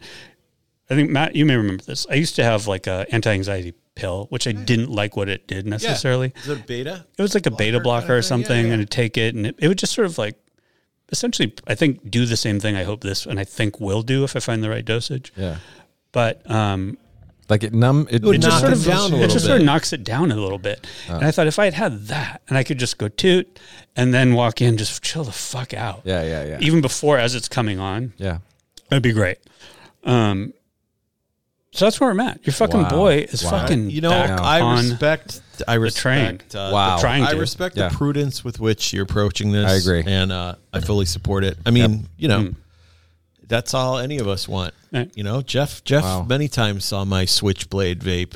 A: I think Matt, you may remember this. I used to have like a anti-anxiety pill, which I didn't like what it did necessarily.
C: Is it beta?
A: It was like a beta
C: Blocker kind of
A: blocker or
C: thing? Yeah,
A: something,
C: yeah.
A: and I'd take it, and it, it would just sort of like essentially, I think, do the same thing. I hope this, and I think will do if I find the right dosage.
B: Yeah.
A: But um,
B: Like it numb. It,
C: would
B: numbs
C: knock
B: the
C: them down a
B: bullshit.
C: little
A: it just sort
C: bit.
A: of knocks it down a little bit. And I thought if I had had that and I could just go toot and then walk in, just chill the fuck out.
B: Yeah, yeah, yeah.
A: Even before as it's coming on,
B: yeah.
A: that'd be great. Um, so that's where I'm at. Your fucking
B: Wow.
A: boy is
B: Mm,
A: fucking
C: You know,
A: back
C: I
A: on
C: respect. I
A: train.
C: respect. Uh,
B: Wow.
A: trying
C: I
A: to.
C: respect
B: Yeah.
C: the prudence with which you're approaching this.
B: I agree. Mm.
C: and uh, I fully support it. I mean, you know, that's all any of us want.
A: Right.
C: You know, Jeff. Jeff
B: Wow.
C: many times saw my switchblade vape.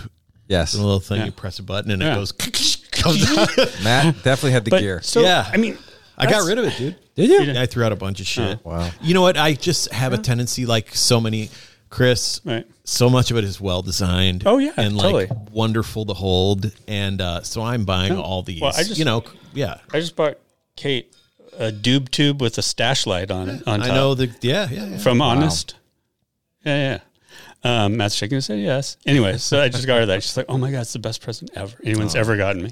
B: Yes.
C: It's a little thing.
A: Yeah.
C: You press a button and
A: Yeah.
C: it goes. comes out.
B: Matt definitely had the
A: but
B: gear.
A: so
C: Yeah.
A: I mean,
C: I got rid of it, dude.
B: Did you?
C: I threw out a bunch of shit.
B: wow.
C: You know what? I just have a tendency, like so many, Chris.
A: Right.
C: So much of it is well designed.
A: Oh, yeah,
C: and
A: totally.
C: like wonderful to hold. And uh, so I'm buying all these.
A: Well, I just-
C: you know, yeah.
A: I just bought Kate a doob tube with a stash light on it. On
C: I
A: top.
C: know the yeah yeah. yeah.
A: from Honest. Yeah, yeah. Um, Matt's shaking his head. Yes. Anyway, so I just got her that. She's like, "Oh my god, it's the best present ever anyone's ever gotten me."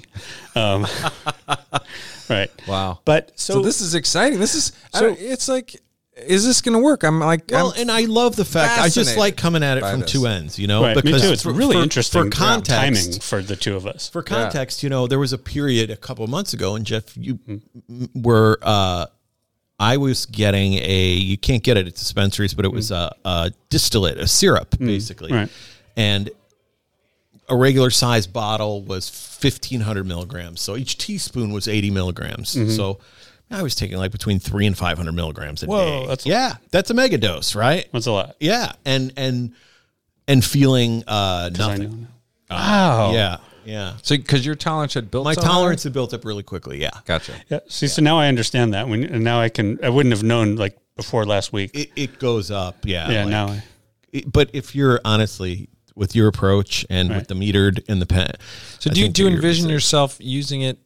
A: Um, right.
B: Wow.
A: But
B: so,
A: so,
B: this is exciting. This is. I
A: So-
B: don't- it's like, is this going to work? I'm like,
C: Well,
B: I'm,
C: and I love the fact I just
B: fascinated
C: like coming at it
B: by
C: from
B: this.
C: two ends, you know,
A: right, me too. It's
C: for-
A: really
C: for-
A: interesting
C: for context.
A: timing for the two of us.
C: For context, you know, there was a period a couple of months ago, and Jeff, you
A: Mm-hmm.
C: m- were, uh, I was getting a, you can't get it at dispensaries, but it was a, a distillate, a syrup, basically.
A: Mm. right.
C: And a regular size bottle was 1,500 milligrams. So each teaspoon was 80 milligrams.
A: Mm-hmm.
C: So I was taking like between three and 500 milligrams a
A: Whoa,
C: day.
A: that's a-
C: yeah, that's a mega dose, right?
A: That's a lot.
C: Yeah. And, and, and feeling uh,
A: I
C: nothing.
A: know. Wow.
C: Yeah. Yeah.
B: so because your tolerance had built.
C: My
B: so
C: tolerance had built up really quickly. Yeah.
B: high? Gotcha.
A: Yeah. See, so now I understand that. When and now I can. I wouldn't have known like before last week.
C: It, it goes up. Yeah.
A: yeah.
C: like-
A: now. I,
C: it- but if you're honestly with your approach and
A: Right.
C: with the metered and the pen.
B: So
C: I
B: do you
C: think
B: do you
C: that you're-
B: envision yourself using it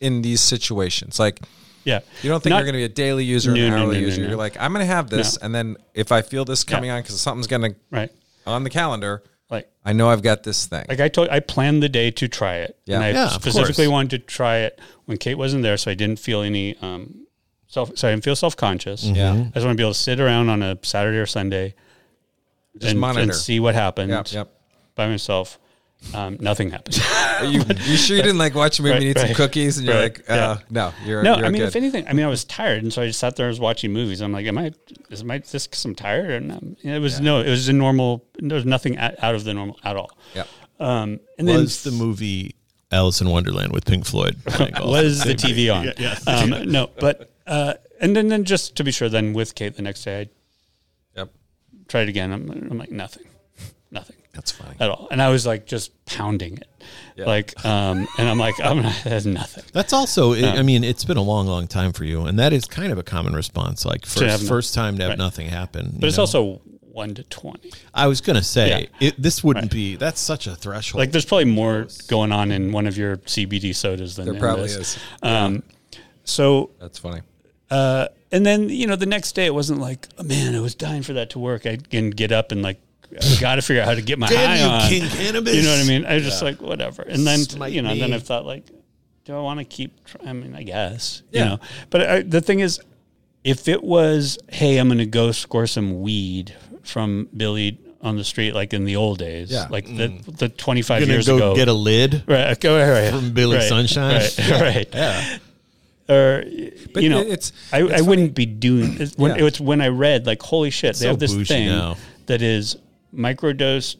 B: in these situations? Like
A: yeah.
B: you don't think
A: Not-
B: you're going to be a daily user,
A: No,
B: an
A: no,
B: hourly
A: no, no,
B: user.
A: no.
B: You're like, I'm going to have this, and then if I feel this coming on because something's going to
A: right.
B: on the calendar,
A: Like
B: I know I've got this thing.
A: like I told, I planned the day to try it,
B: Yeah.
A: and I
C: Yeah, of
A: specifically
C: course.
A: wanted to try it when Kate wasn't there, so I didn't feel any um, self so I feel self conscious.
B: Yeah.
A: I just want to be able to sit around on a Saturday or Sunday and,
B: monitor.
A: and see what happens
B: Yep. Yep.
A: by myself. Um, nothing happens.
B: You, you sure you didn't like watch a movie and
A: Right,
B: eat some
A: right.
B: cookies and you're
A: Right,
B: like, uh, no, you're
A: no,
B: You're
A: I mean,
B: good.
A: if anything, I mean, I was tired, and so I just sat there. and was watching movies. I'm like, am I? Is my this? Cause I'm tired, and um, it was no, it was a normal. There was nothing out out of the normal at all.
B: Yep.
A: Um, and then
D: Was the movie Alice in Wonderland with Pink Floyd? playing golf?
A: was the TV on? Um, no, but uh, and then then just to be sure, then with Kate the next day, I
B: Yep.
A: tried again. I'm, I'm like nothing, nothing
B: That's fine.
A: at all, and I was like just pounding it, like um, and I'm like I'm not, that's nothing.
D: That's also, I I mean, it's been a long, long time for you, and that is kind of a common response. Like
A: have
D: first,
A: no-
D: first time to have
A: right.
D: nothing happen.
A: But it's also one to twenty.
D: I was gonna say it, this wouldn't
A: Right.
D: be. That's such a threshold.
A: Like there's probably more going on in one of your CBD sodas than
B: There
A: in
B: probably
A: this.
B: is.
A: Um, so
B: That's funny.
A: and then you know the next day it wasn't like oh, man I was dying for that to work. I can get up and like I got to figure out how to get my
D: Damn
A: eye
D: you,
A: on.
D: King Cannabis.
A: You know what I mean? I was just like whatever. And then
D: Smite
A: you know then
D: me.
A: I thought like do I want to keep? Try- I mean I guess
B: Yeah.
A: you know. But I, the thing is, if it was hey I'm going to go score some weed from Billy on the street like in the old days,
B: Yeah.
A: like the the 25
D: Mm. You're gonna
A: years
D: go
A: ago,
D: get a lid.
A: Right. Go right, right.
D: From Billy
A: right,
D: Sunshine?
A: Right. Right. Yeah. Or
B: But
A: you know,
B: it- it's-
A: I, I wouldn't be doing it's when
B: Yeah.
A: it's when I read like holy shit they
D: so
A: have this
D: bougie
A: thing
D: now.
A: that is microdose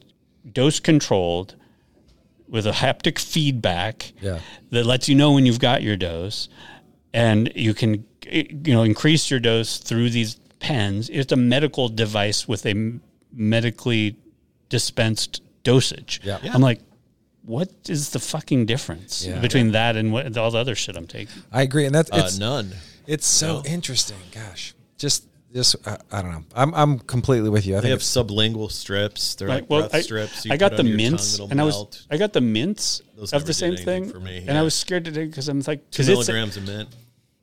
A: dose controlled with a haptic feedback
B: Yeah.
A: that lets you know when you've got your dose and you can eh, you know increase your dose through these pens it's a medical device with a m- medically dispensed dosage
B: Yeah.
A: i'm like what is the fucking difference
B: Yeah.
A: between that and what, all the other shit i'm taking
B: I agree. And that's,
D: Uh,
B: it's,
D: none.
B: it's so interesting. Gosh, just, just, uh, I don't know. I'm, I'm completely with you. I
D: They have
B: think it's,
D: sublingual strips. They're like
A: Like, well,
D: breath
A: I,
D: strips.
A: I got
D: put
A: the
D: under your tongue,
A: mints,
D: it'll
A: and I was
D: melt.
A: I got the mints
D: Those
A: of
D: never
A: the
D: did
A: same
D: anything
A: thing
D: for me,
A: and
D: yeah.
A: I was scared today because I'm like
D: two
A: 'cause it's-
D: milligrams of mint,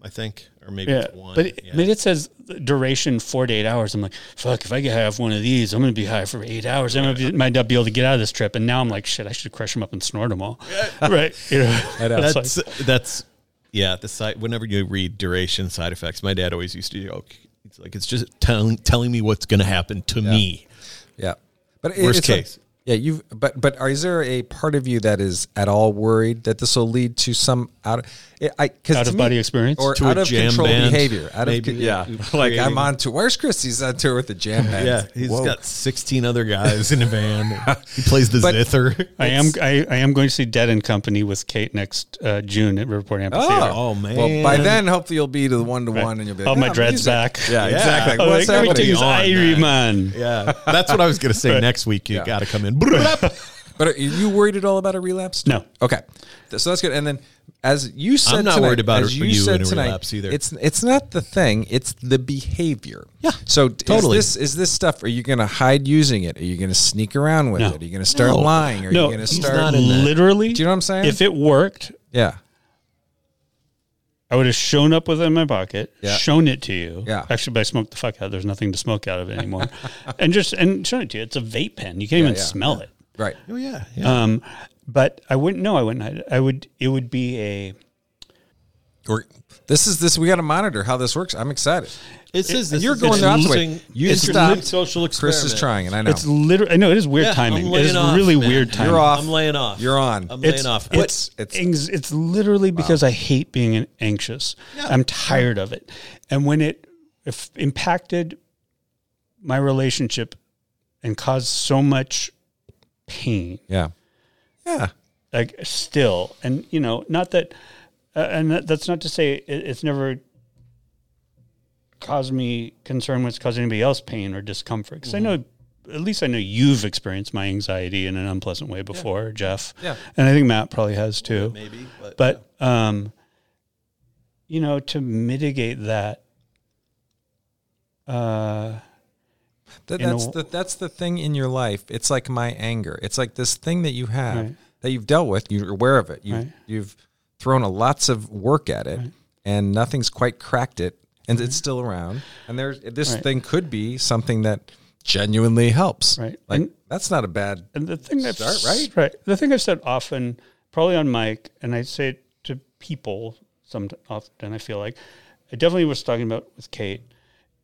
D: I think, or maybe
A: Yeah,
D: it's one.
A: but it,
D: yeah.
A: but it says duration four to eight hours. I'm like, fuck, if I could have one of these, I'm gonna be high for eight hours. I'm gonna be, might not be able to get out of this trip. And now I'm like, shit, I should crush them up and snort them all. right? You know, It's like-
D: that's that's yeah. The side whenever you read duration side effects, my dad always used to joke. It's like it's just telling telling me what's going to happen to me.
B: yeah. But it-
D: Worst
B: it's like-
D: case.
B: yeah. You've, but, but are, is there a part of you that is at all worried that this will lead to some out of, I, cause
A: out
B: to
A: of
B: me-
A: body experience.
B: or
D: To a
B: out of
D: jam
B: control
D: band,
B: behavior. Out
D: maybe,
B: of,
D: yeah.
B: yeah. Like
D: Creating-
B: I'm on tour. Where's Chris? He's on tour with the jam band.
D: Yeah, he's
B: Whoa.
D: got sixteen other guys in a van. he plays the
B: But-
D: zither.
A: I am I, I am going to see Dead and Company with Kate next uh, June at Riverport Amphitheater.
D: Oh man!
B: Well, by then, hopefully you'll be to the one to one, and you'll be. Like,
A: All my
B: "Yeah,
A: dreads
B: music."
A: back.
B: Yeah, exactly.
A: Oh,
B: What's
A: like,
B: happening?
A: everything's
D: on,
A: Irie man.
D: yeah, that's what I was going to say. Next week, you got to come in. Oh,
B: But are you worried at all about a relapse?
A: No.
B: Okay, Th- so that's good. And then, as you said,
D: not
B: tonight-
D: worried about
B: as
D: you in a relapse either.
B: It's it's not the thing; it's the behavior. Yeah. So
D: totally.
B: totally, is this, is this stuff? Are you going to hide using it? Are you going to sneak around with
A: No.
B: it? Are you going to start
D: No.
B: lying? Are
A: No,
B: you going to
A: he's
B: start?
D: not in that.
A: Literally,
B: Do you know what I'm saying?
A: If it worked,
B: yeah.
A: I would have shown up with it in my pocket,
B: Yeah.
A: shown it to you.
B: Yeah.
A: Actually, but I smoked the fuck out. of it. There's nothing to smoke out of it anymore, and just and shown it to you. It's a vape pen. You can't even
B: yeah,
A: smell it.
B: Right.
D: oh yeah,
A: Um, but I wouldn't. No, I wouldn't. hide it. I would. It would be a.
B: Or this is this. We got to monitor how this works. I'm excited.
D: It says
B: You're going the opposite way. You
D: it's
B: stopped.
D: social
B: Chris is trying, and I know
A: It's literally. I know it is weird
D: Yeah, I'm
A: timing. It
D: laying
A: is
D: off,
A: really
D: man.
A: weird timing.
B: You're off.
D: I'm laying off.
B: You're on.
D: I'm
A: It's,
D: laying off. What-
A: It's
B: It's-
A: it's,
B: it's-
A: it's literally because I hate being an- anxious. I'm tired of it, and when it if impacted my relationship and caused so much pain,
B: Yeah. Yeah.
A: like still and you know not that uh, and that, that's not to say it, it's never caused me concern when it's caused anybody else pain or discomfort because i know
D: Mm-hmm.
A: at least i know you've experienced my anxiety in an unpleasant way before jeff
D: Yeah.
A: and i think matt probably has too
D: maybe, but,
A: but um you know to mitigate that uh
B: That,
A: in a
B: that's
A: w-
B: the that's the thing in your life. It's like my anger. It's like this thing that you have
A: Right.
B: that you've dealt with. You're aware of it. You
A: Right.
B: you've thrown a lots of work at it, and nothing's quite cracked it, and it's still around. And there's this
A: Right.
B: thing could be something that genuinely helps.
A: Right.
B: Like
A: And-
B: that's not a bad.
A: and the thing I've
B: Start,
A: s-
B: right?
A: The thing I've said often, probably on mic, and I say it to people some often. I feel like I definitely was talking about with Kate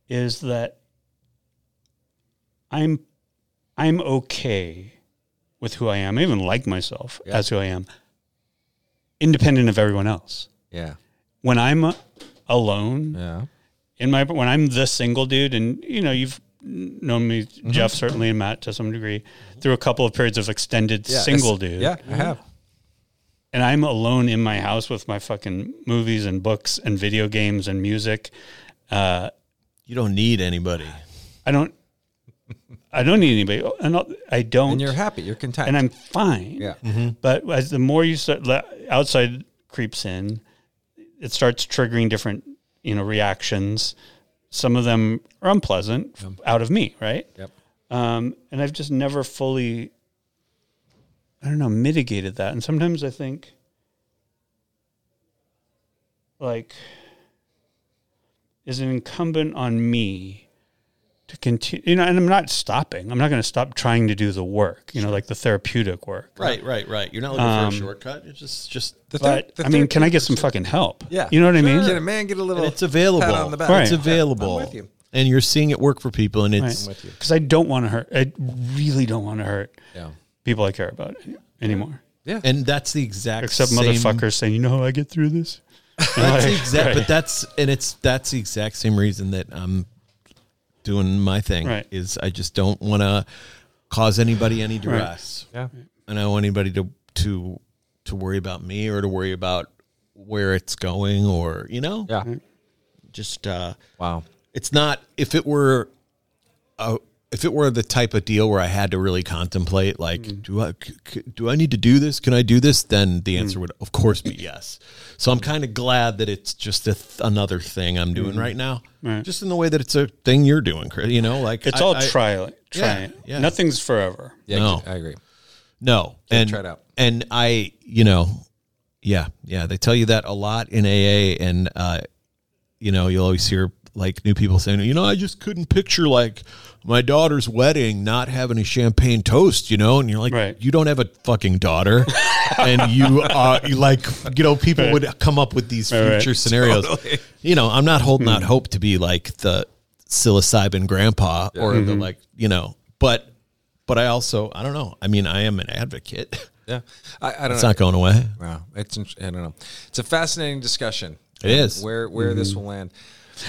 A: is that I'm I'm okay with who I am. I even like myself as who I am, independent of everyone else.
B: Yeah.
A: When I'm uh, alone
B: Yeah.
A: in my when I'm the single dude, and you know you've known me,
B: Mm-hmm.
A: Jeff certainly, and Matt to some degree, through a couple of periods of extended
B: Yeah,
A: single
B: it's-
A: dude
B: Yeah, I have.
A: and I'm alone in my house with my fucking movies and books and video games and music. Uh,
C: You don't need anybody.
A: I don't, I don't need anybody, and I'll- I don't.
B: And you're happy. You're content.
A: and I'm fine.
B: Yeah.
A: But as the more you start, le- outside creeps in, it starts triggering different, you know, reactions. Some of them are unpleasant f- out of me, right?
B: Yep.
A: Um, and I've just never fully, I don't know, mitigated that. And sometimes I think, like, is it incumbent on me to continue? You know, and I'm not stopping. I'm not going to stop trying to do the work. You know, like the therapeutic work.
C: Right, right, right. You're not looking
A: Um,
C: for a shortcut. It's just, just
B: The thir-
A: Mm-hmm. But
B: the
A: I mean,
B: third-
A: can I get some fucking help?
B: Yeah.
A: you know what I mean.
B: Get a man, get a little.
C: and it's available.
B: Pat on the back.
A: Right.
C: It's
A: I'm
C: available.
B: I'm with you.
C: And you're seeing it work for people, and it's
A: Because I don't want to hurt. I really don't want to hurt
B: Yeah.
A: people I care about any- anymore.
C: and that's the exact
A: Except
C: same,
A: motherfuckers saying, "You know how I get through this."
C: That's the exact, but that's and it's that's the exact same reason that I'm doing my thing
A: Right.
C: is I just don't want to cause anybody any duress.
B: Yeah.
C: I don't want anybody to to to worry about me or to worry about where it's going or you know
B: Yeah.
C: just uh
B: Wow.
C: it's not if it were a if it were the type of deal where I had to really contemplate, like,
A: Mm-hmm.
C: do I c- c- do I need to do this? Can I do this? Then the
A: Mm.
C: answer would, of course, be yes. So I'm kind of glad that it's just a th- another thing I'm doing right now,
A: Mm-hmm. Right.
C: just in the way that it's a thing you're doing, Chris. You know, like
A: It's
C: I-
A: all
C: I-
A: trial.
C: Yeah,
A: Trying.
C: yeah.
A: Nothing's forever.
B: Yeah,
C: No.
B: I agree.
C: No,
B: Yeah,
C: and
B: try it out.
C: And I, you know, yeah, yeah, they tell you that a lot in AA, and uh, you know, you'll always hear like new people saying, you know, I just couldn't picture like my daughter's wedding not having a champagne toast, you know, and you're like,
A: Right.
C: you don't have a fucking daughter, and you are you like, you know, people would come up with these
A: right.
C: future scenarios. You know, I'm not holding
B: Hmm.
C: out hope to be like the psilocybin grandpa or
B: Mm-hmm.
C: the like, you know, but but I also I don't know. I mean, I am an advocate.
B: Yeah. I, I don't
C: It's
B: know.
C: not going away.
B: Wow. It's, int- I don't know. It's a fascinating discussion.
C: It is. Mm-hmm.
B: Where where this will land.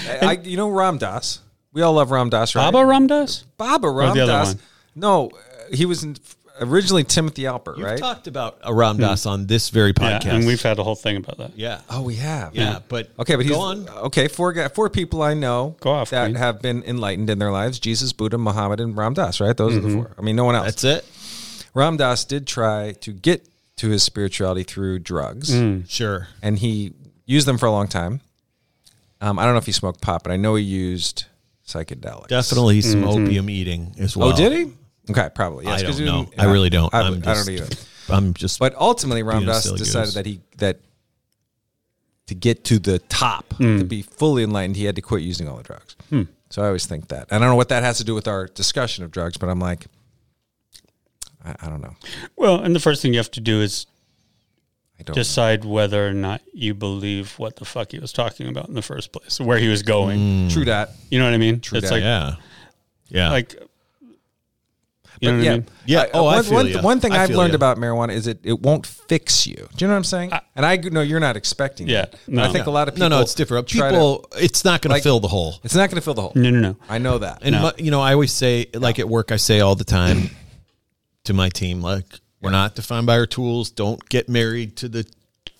B: I, I, you know Ram Dass. We all love Ram Dass, right?
A: Baba Ram Dass?
B: Baba Ram
A: the other
B: Dass.
A: one.
B: No, uh, he was in, originally Timothy Alpert,
C: We've
B: right? Hmm.
C: talked about Aram Das on this very
A: Yeah,
C: podcast.
A: and we've had a whole thing about that.
C: yeah.
B: oh, we have.
C: Yeah, but
B: Okay, but he's
C: go on.
B: okay. Four guy, four people I know
A: Go off,
B: that
A: Queen.
B: have been enlightened in their lives: Jesus, Buddha, Muhammad, and Ram Dass. Right? Those are the four. I mean, no one else.
C: Mm-hmm. That's it.
B: Ram Dass did try to get to his spirituality through drugs,
C: Mm. Sure.
B: and he used them for a long time. Um, I don't know if he smoked pot, but I know he used psychedelics.
C: Definitely some opium eating as well.
B: Mm-hmm. Oh, did he? Okay, probably. Yes,
C: I
B: 'cause
C: don't
B: he
C: know.
B: didn't-
C: I really don't.
B: I,
C: I'm
B: I
C: just-
B: don't either.
C: I'm just
B: But ultimately, Ram
C: Being a
B: Dass
C: silly
B: decided
C: goose.
B: that he that to get to the top, to be fully enlightened, he had to quit using all the drugs. So I always think that. I don't know what that has to do with our discussion of drugs, but I'm like, I, I don't know.
A: Well, and the first thing you have to do is
B: I don't.
A: decide whether or not you believe what the fuck he was talking about in the first place, where he was going.
B: know.
C: Hmm.
B: True that.
A: You know what I mean? it's
B: that,
A: like,
C: Mm. yeah. Yeah.
A: like, you know what
B: yeah.
A: I mean?
C: Yeah.
B: I- uh,
C: Oh, I
B: one,
C: feel
B: one,
C: ya.
B: one thing
C: I
B: I've
C: feel
B: learned
C: ya.
B: about marijuana is it, it won't fix you. Do you know what I'm saying? and I know you're not expecting
A: Yeah,
B: that. But
A: no.
B: I think a lot of
C: no,
B: people.
C: no, it's different.
B: try to-
C: People, it's not going
B: like-
C: to fill the hole.
B: it's not going to fill the hole.
A: No, no, no.
B: I know that.
C: And mu- you know, I always say, like at work, I say all the time to my team, like we're not defined by our tools. Don't get married to the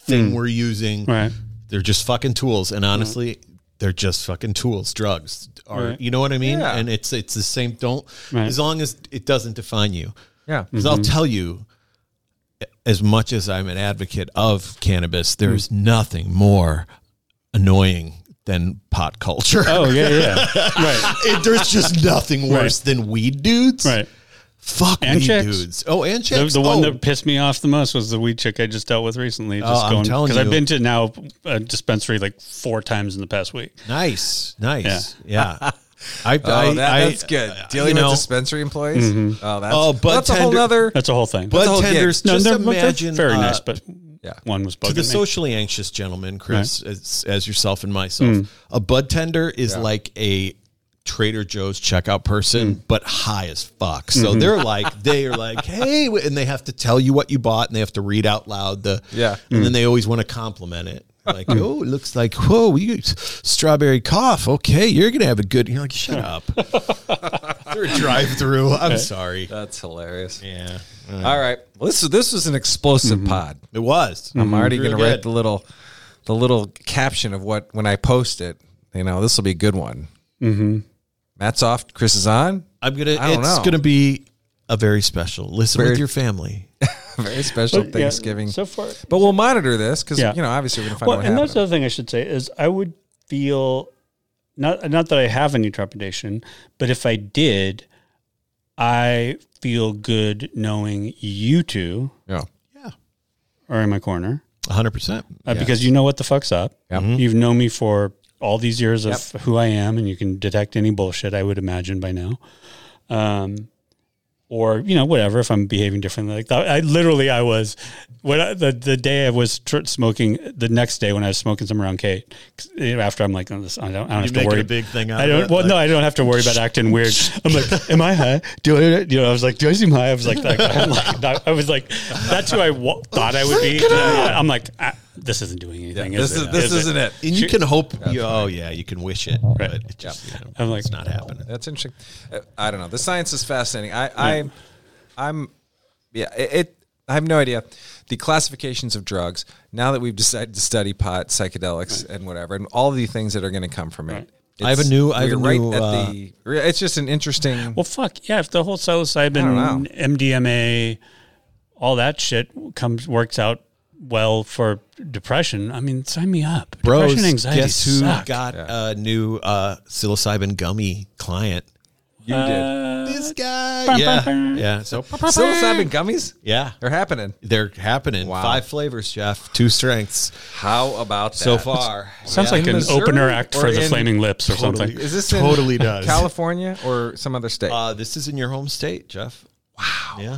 C: thing we're using.
A: Mm. Right.
C: They're just fucking tools, and honestly, they're just fucking tools. Drugs are,
A: Right.
C: you know what I mean?
B: Yeah.
C: And it's it's the same. Don't
A: Right. Mm-hmm.
C: as long as it doesn't define you.
B: yeah.
A: Mm.
C: Because I'll tell you, as much as I'm an advocate of cannabis,
A: Mm.
C: there's nothing more annoying than pot culture.
A: Oh, yeah, yeah. right,
C: It- there's just nothing worse than weed dudes.
A: right.
C: Fuck
A: And
C: weed
A: chicks.
C: dudes. Oh, and
A: The,
C: chicks.
A: the one
C: oh,
A: that pissed me off the most was the weed chick I just dealt with recently. Just
C: I'm telling
A: Because I've
C: you.
A: been to now a dispensary like four times in the past week.
C: nice, nice. Yeah.
B: Oh,
C: I, I-
B: that,
C: I-
B: that's good.
C: I-
B: Dealing
C: you know,
B: with dispensary employees. Oh, that's
C: Oh,
B: that's a whole
C: budtender-
B: other.
A: Mm-hmm. That's a whole thing.
B: whole gig.
C: Budtenders,
A: no,
C: just
A: they're, they're
C: imagine.
A: very
C: uh,
A: nice, but
B: Yeah.
A: One was bugging
C: to the
A: me.
C: socially anxious gentleman, Chris, as, as yourself and myself,
A: Mm.
C: a bud tender is like a Trader Joe's checkout person,
A: Mm.
C: but high as fuck. So
A: Mm-hmm.
C: they're like, they are like, hey, w- and they have to tell you what you bought, and they have to read out loud the
B: Yeah.
C: and
A: Mm.
C: then they always want to compliment it. Like, oh, it looks like whoa, you strawberry cough. Okay, you're gonna have a good. You're like, shut up. Through a drive-through. I'm sorry.
B: That's hilarious.
C: Yeah,
B: All right. Well, this this was an explosive
A: Mm-hmm.
B: pod.
C: it was.
B: I'm already
C: Real
B: going to write
C: good.
B: the little the little caption of what when I post it. You know, this will be a good one. Mm-hmm. Matt's off. Chris is on.
C: I'm gonna.
B: I don't
C: it's
B: know.
C: gonna be a very special. Listen
B: Very-
C: with your family.
B: Very special
A: Yeah,
B: Thanksgiving.
A: so far,
B: but we'll monitor this because
A: Yeah.
B: you know obviously we're going to find
A: well,
B: out
A: and
B: what
A: that's
B: happened.
A: the other thing I should say is I would feel not not that I have any trepidation, but if I did, I feel good knowing you two
B: Yeah.
A: are in my corner
C: 100. percent
A: uh, because you know what the fuck's up. You've known me for all these years of who I am, and you can detect any bullshit I would imagine by now. Um, or you know whatever if I'm behaving differently like that. I literally I was when I, the the day I was tr- smoking the next day when I was smoking some around Kate 'cause, you know, after I'm like oh, this, I don't I don't have to
C: making
A: worry
C: a big thing out
A: I
C: of
A: don't
C: it,
A: well no
C: like-
A: I don't have to worry about acting weird. I'm like am I high? Do I you know I was like do I seem high? I was like, like, I'm like not- I was like that's who I wa- thought I would be. I'm like ah, this isn't doing anything.
B: This
A: is
B: is
A: it?
B: this
A: it?
B: isn't it.
C: And you can hope. You, oh yeah, you can wish it, but it just, you know,
A: I'm like-
C: it's not happening.
B: That's interesting. Uh, I don't know. The science is fascinating. I, I I'm yeah. It, it. I have no idea. The classifications of drugs. Now that we've decided to study pot, psychedelics, and whatever, and all the things that are going to come from it.
C: I have a
B: It's-
C: new- I have a
B: we're right
C: new,
B: At
C: uh,
B: the, re- it's just an interesting.
A: Well, fuck yeah! If the whole
B: don't
A: psilocybin,
B: know.
A: MDMA, all that shit comes works out well for depression, I mean, sign me up. depression,
C: Bros,
A: anxiety
C: guess who
A: suck.
C: got a new uh, psilocybin gummy client?
B: you
A: uh,
B: did.
C: This guy.
A: bum,
C: Yeah,
A: bum.
C: yeah. So
B: Psilocybin gummies.
C: yeah,
B: They're happening.
C: they're happening.
B: Wow.
C: Five flavors, Jeff. Two strengths
B: How about that?
C: so far.
A: Sounds like
B: In
A: an
B: Missouri
A: opener act
B: or
A: for the
B: in-
A: Flaming Lips or
C: Totally.
A: something.
B: Is this
C: Totally
B: in
C: does.
B: California or some other state?
C: Uh, this is in your home state, Jeff. Wow. Yeah.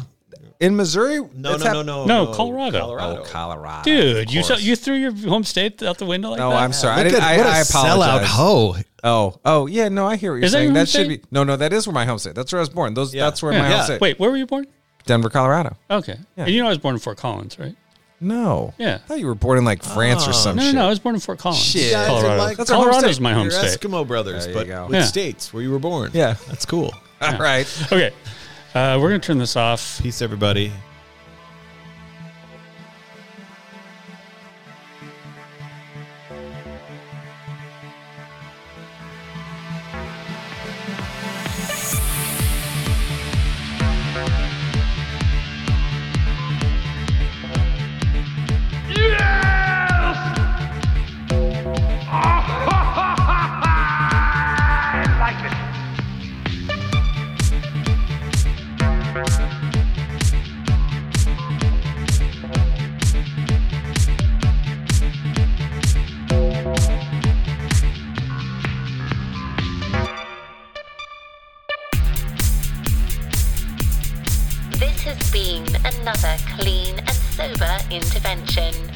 B: in Missouri?
C: No,
B: It's
C: no,
B: hap-
C: no, no,
A: No, Colorado.
B: Oh,
C: Colorado.
B: Colorado.
A: Dude,
B: of
A: you saw,
B: course.
A: you threw your home state out the window like
B: No,
A: that.
B: I'm sorry. I,
C: Look
B: didn't,
C: at-
B: I,
C: what a
B: I
C: sellout
B: apologize.
C: hoe.
B: Oh, oh, yeah. No, I hear what you're
A: Is that
B: saying.
A: your
B: That,
A: home
B: should
A: state?
B: be no, no. That is where my home state. That's where I was born. Those. That's where my
A: Yeah.
B: home state.
A: Wait, where were you born?
B: Denver, Colorado.
A: Okay, and you know I was born in Fort Collins, right?
B: No.
A: Yeah.
B: I thought you were born in like France
C: Oh.
B: or some
A: No, no,
B: Oh, shit.
A: no, I was born in Fort Collins,
B: Shit. Yeah,
A: Colorado.
C: like-
B: That's our home
A: Colorado's
B: state.
A: my home
C: You're
A: state.
C: Eskimo brothers,
B: There you
C: but
B: go.
C: with
A: Yeah.
C: states where you were born.
B: Yeah.
C: That's cool.
B: All right.
A: Okay, uh, we're gonna turn this off.
C: Peace, everybody.
E: Yes! I like it.
F: This has been another clean and sober intervention.